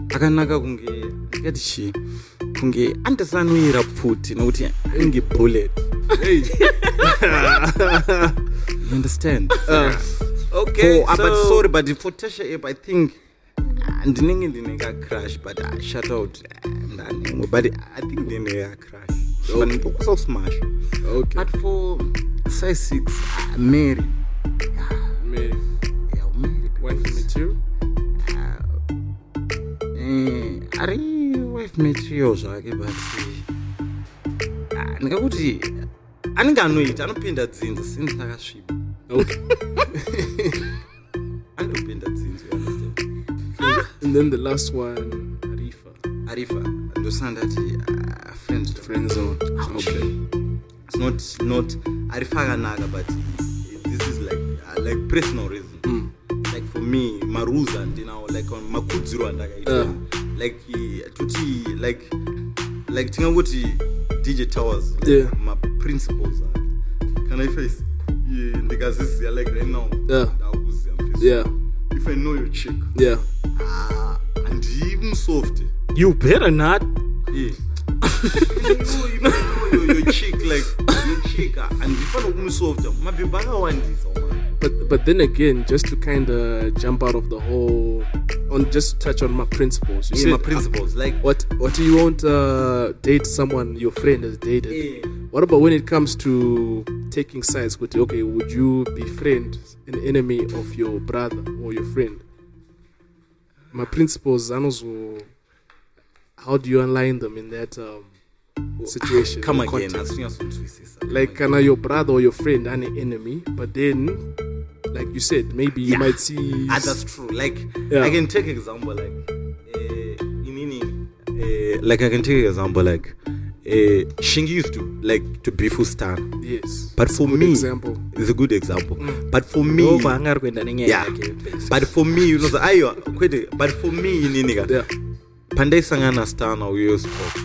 L: akanaka kunge ndingati chii kunge andisanoyera pfuti nokuti ainge bullet you understand
D: okay
L: for, ah, but
D: so-
L: sorry but for tasha ape i think ah, ndinenge ndine kacrash but ah, shut out ah, ndanemwe but i think ndine kacrash but ndikusa kusmash
C: Okay.
L: but for size six ah, mary
C: Mary,
L: yeah, mary
C: wife material.
L: eh, ari wife material zvake but eh, ah, ndingakuti anenge anoita anopinda dzinza sinzi takasviba
C: Okay.
L: anopinda dzinza you understand?
C: And then the last one, Arifa.
L: arifa ndosana ndati ah, friend zone.
C: Friend zone.
L: Ouch.
C: Okay.
L: It's not not arifa akanaka but this is like uh, like personal reason
C: Hmm.
L: like for me marules handinawo like on makudziro andakaita like eh, toti like like tingangoti dj towers like,
C: Yeah.
L: maprinciples ake kana if I s- eh, ndikaziziya like right now
C: Yeah.
L: ndakuziya
C: Yeah.
L: if i know your chick
C: Yeah.
L: ah, handimsofte
D: you better not
L: yeah. your chick like ah, your chick andifana kumusofta mabhebha akawandisa
C: But but then again, just to kind of jump out of the whole, on just to touch on my principles. You
L: ma
C: said,
L: principles like
C: what what you won't uh, date someone your friend has dated.
L: Yeah.
C: What about when it comes to taking sides? With okay, would you befriend an enemy of your brother or your friend? My principles, Zanozo. How do you align them in that um, situation?
L: come
C: or
L: again
C: context?
L: asinyasotswisisa
C: like uh, kana your brother or your friend an enemy but then like you said maybe you
L: Yeah.
C: might see
L: ah, that's true like
C: Yeah.
L: i can take example like eh, inini eh, like i can take example like eh, shingi used to like to beef with stan
C: yes
L: but for
C: Good
L: me
C: example. Mm.
L: it's a good example but for me
D: ndoko angari kuenda nenyaya
L: yeah
D: yake
L: but for me you know aiwa kwete but for me inini ka
C: yeah
L: pandaisangana nastana uyospo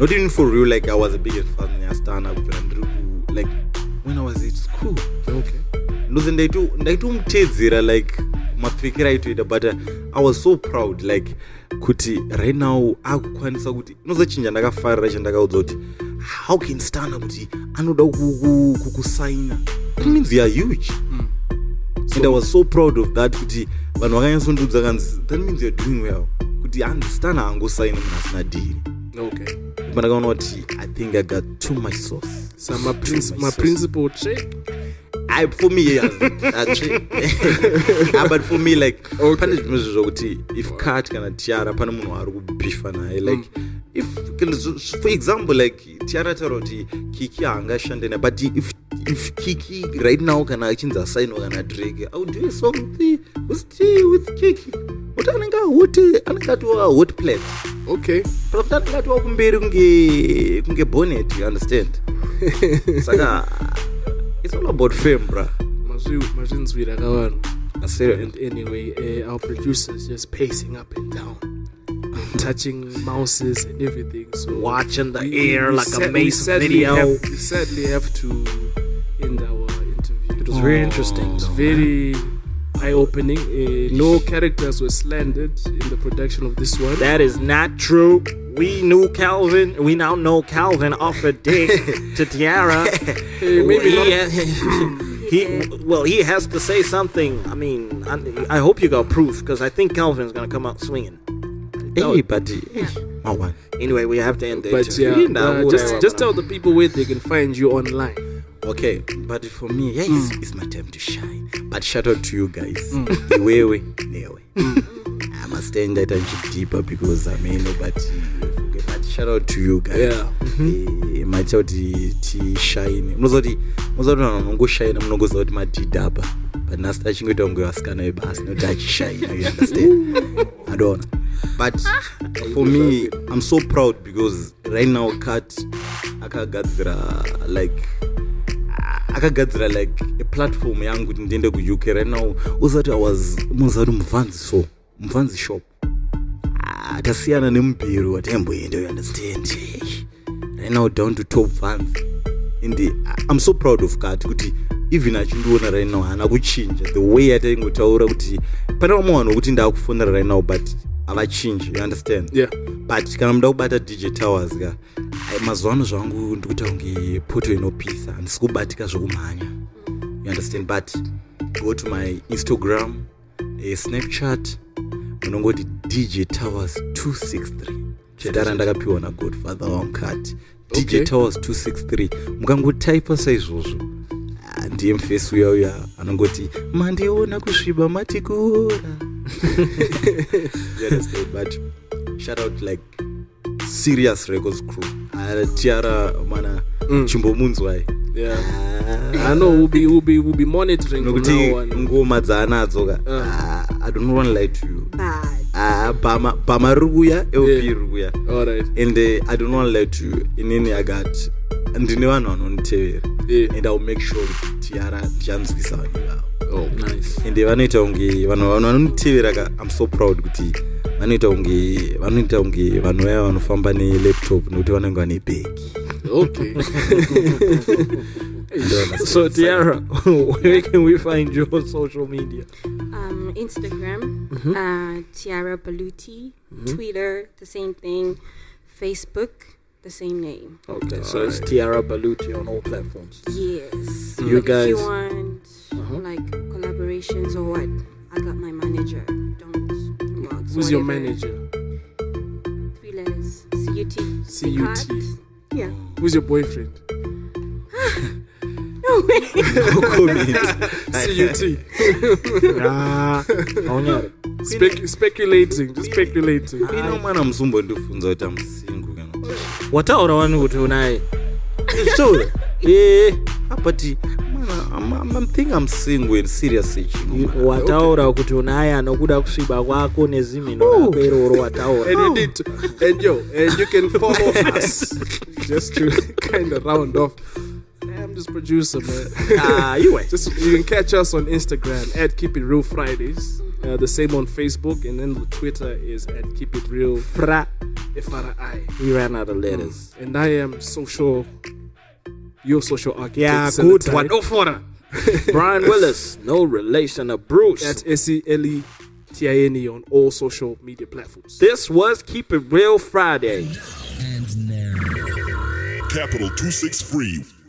L: not even for real like i was a biggest fan yastana kubvira ndiri ku like when i was at school
C: okay
L: ndozi ndaito- ndaitomutedzera like mapfekero aitoita but uh, i was so proud like kuti right now akukwanisa kuti inoza chinja ndakafarira chandakaudza kuti how can stana kuti anoda ku- ku- kukusaina that means you are huge and i was so proud of that kuti vanhu vakanyatsondiudza kanzi that means youare doing well kuti handistana hangosaina munhu asina dhiri
C: okay
L: but ndakaona kuti i think i got too much sauce
C: so my,
L: Too
C: princ-
L: much
C: my
L: sauce.
C: principal check
L: hayi for me yazi Ah, but for me like pane zvimwe zvo zvokuti if cut kana tiara pane munhu ari kubhifa naye like if for example like tiara taura kuti kiki haangashande naye but if if kiki right now kana achinzi asainwa kana drake iwill do a song with, with, with kiki kuti anenge ahot anenge atova hot plate
C: okay
L: profit anenge atova kumberi kunge kunge bonnet you understand saka it's all about fame bra
C: Mazwi- mazvinzwira kavanhu and anyway uh, our producer is just pacing up and down Um, touching mouses and everything so
D: Watching the
C: we-
D: air
C: we
D: like a
C: sad- we
D: mace
C: sadly
D: video.
C: have- we sadly have to end our interview
D: It was very interesting,
C: it was
D: though,
C: very eye-opening uh, no characters were slandered in the production of this one
D: That is not true. We knew Calvin. We now know Calvin offered dick to Tiara.
C: Hey, maybe
D: he,
C: not.
D: he- well, he has to say something. I mean, I, I hope you got proof because I think Calvin's gonna come out swinging.
L: hey but mawan
D: Anyway, we have to end the
C: but yeah
D: interview now.
C: uh, just, just tell the people where they can find you online
L: okay but for me yeah, it's, it's my time to shine but shout out to you guys iwewe newe i must stay in that and deeper because i mean but okay, but shout out to you guys
C: Yeah.
L: Eh, maita kuti tishine munozoti munozoti vanhu vanongoshaina munongoziva kuti madhidhabha but nhasi achingoita kunge vasikana vebasa nokuti achishaina you understand adona but for me i'm so proud because right now cat akagadzira uh, like akagadzira like eplatform yangu kuti ndiende kuuk right now usati iwas munozati mubvanzi so mubvanzi shop Ah, tasiyana nemubhero wataimboenda you understand right now down to top fans and uh, i'm so proud of kati kuti even achindiona right now haana kuchinja the way ataingotaura kuti pane vamwe vanhu vokuti ndaakufonera right now but havachinji you understand
C: yeah
L: but kana muda kubata dj towers ka ai, mazuva ano zvangu ndikuita kunge poto inopisa handisi kubatika zvokumhanya you understand but go to my instagram eh, snapchat munongoti dj towers 263 chetara ndakapiwa nagodfather wamukati dj
C: Okay.
L: towers 263 mukangotaipa saizvozvo ah, ndiye mufesi uya uya anongoti mandiona kusviba matikuura You understand? But shout out like serious records crew. Uh, tiara mana chimbomunzwai Ah,
C: yeah i know we'll be we'll be we'll be monitoring from
L: nokuti
C: now on
L: ngoma dzaanadzo ka
C: Uh.
L: Ah, i don't want to lie to you Ah, bhama bhama riri kuya lp
C: Yeah.
L: riri kuya
C: all right
L: and uh, i don't want to lie to you inini akati ndine vanhu vanonditevera
C: yeah
L: and iwill make sure kuti tiara ndichanzwisa vanhu ivavo
C: oh nice
L: and uh, vanoita kunge vanhu vanhu vanonditevera ka am so proud kuti vanoita kunge vanoita kunge vanhu vaya vanofamba nelaptop nokuti vanenge vane bhegi
C: okay
D: so Tiara, where can we find you on social media?
G: Um, Instagram,
D: Mm-hmm.
G: uh, Tiara Baluti, Twitter, the same thing, Facebook, the same name.
D: Okay, so it's Tiara Baluti on all platforms. You
G: Yes. but if you
D: guys-
G: want
C: Uh-huh.
G: like collaborations or what, I got my manager. Don't work.
C: who's your manager
G: Three letters. C U T.
C: C U T.
G: Cut. Yeah.
C: who's your boyfriend Oh.
G: No way.
C: CUT
D: Ah, onyari.
C: Spec- speculating just speculating
L: ino mwana musombondifunza kuti amusingu kana
D: wataura wani kuti unaye
L: zvitaura eh but mwana I'm- I'm- I'm think i'm single and serious itching, man.
D: wataura kuti unaye anokuda kusviba kwako nezimhino rako iroro wataura
C: and you need to, and yo and you can follow us just to kind of round off I'm just producer man
D: Ah, iwe
C: just you can catch us on Instagram at Keep It Real Fridays uh, the same on Facebook and then the Twitter is at Keep It Real
D: fra
C: FRI
D: we ran out of letters
C: and I am social your social architect
D: yeah good
C: Celotype,
D: one oh fora brian willis no relation of bruce
C: at S-E-L-E-T-I-N-E E on all social media platforms
D: this was keep it real friday
M: Capital 263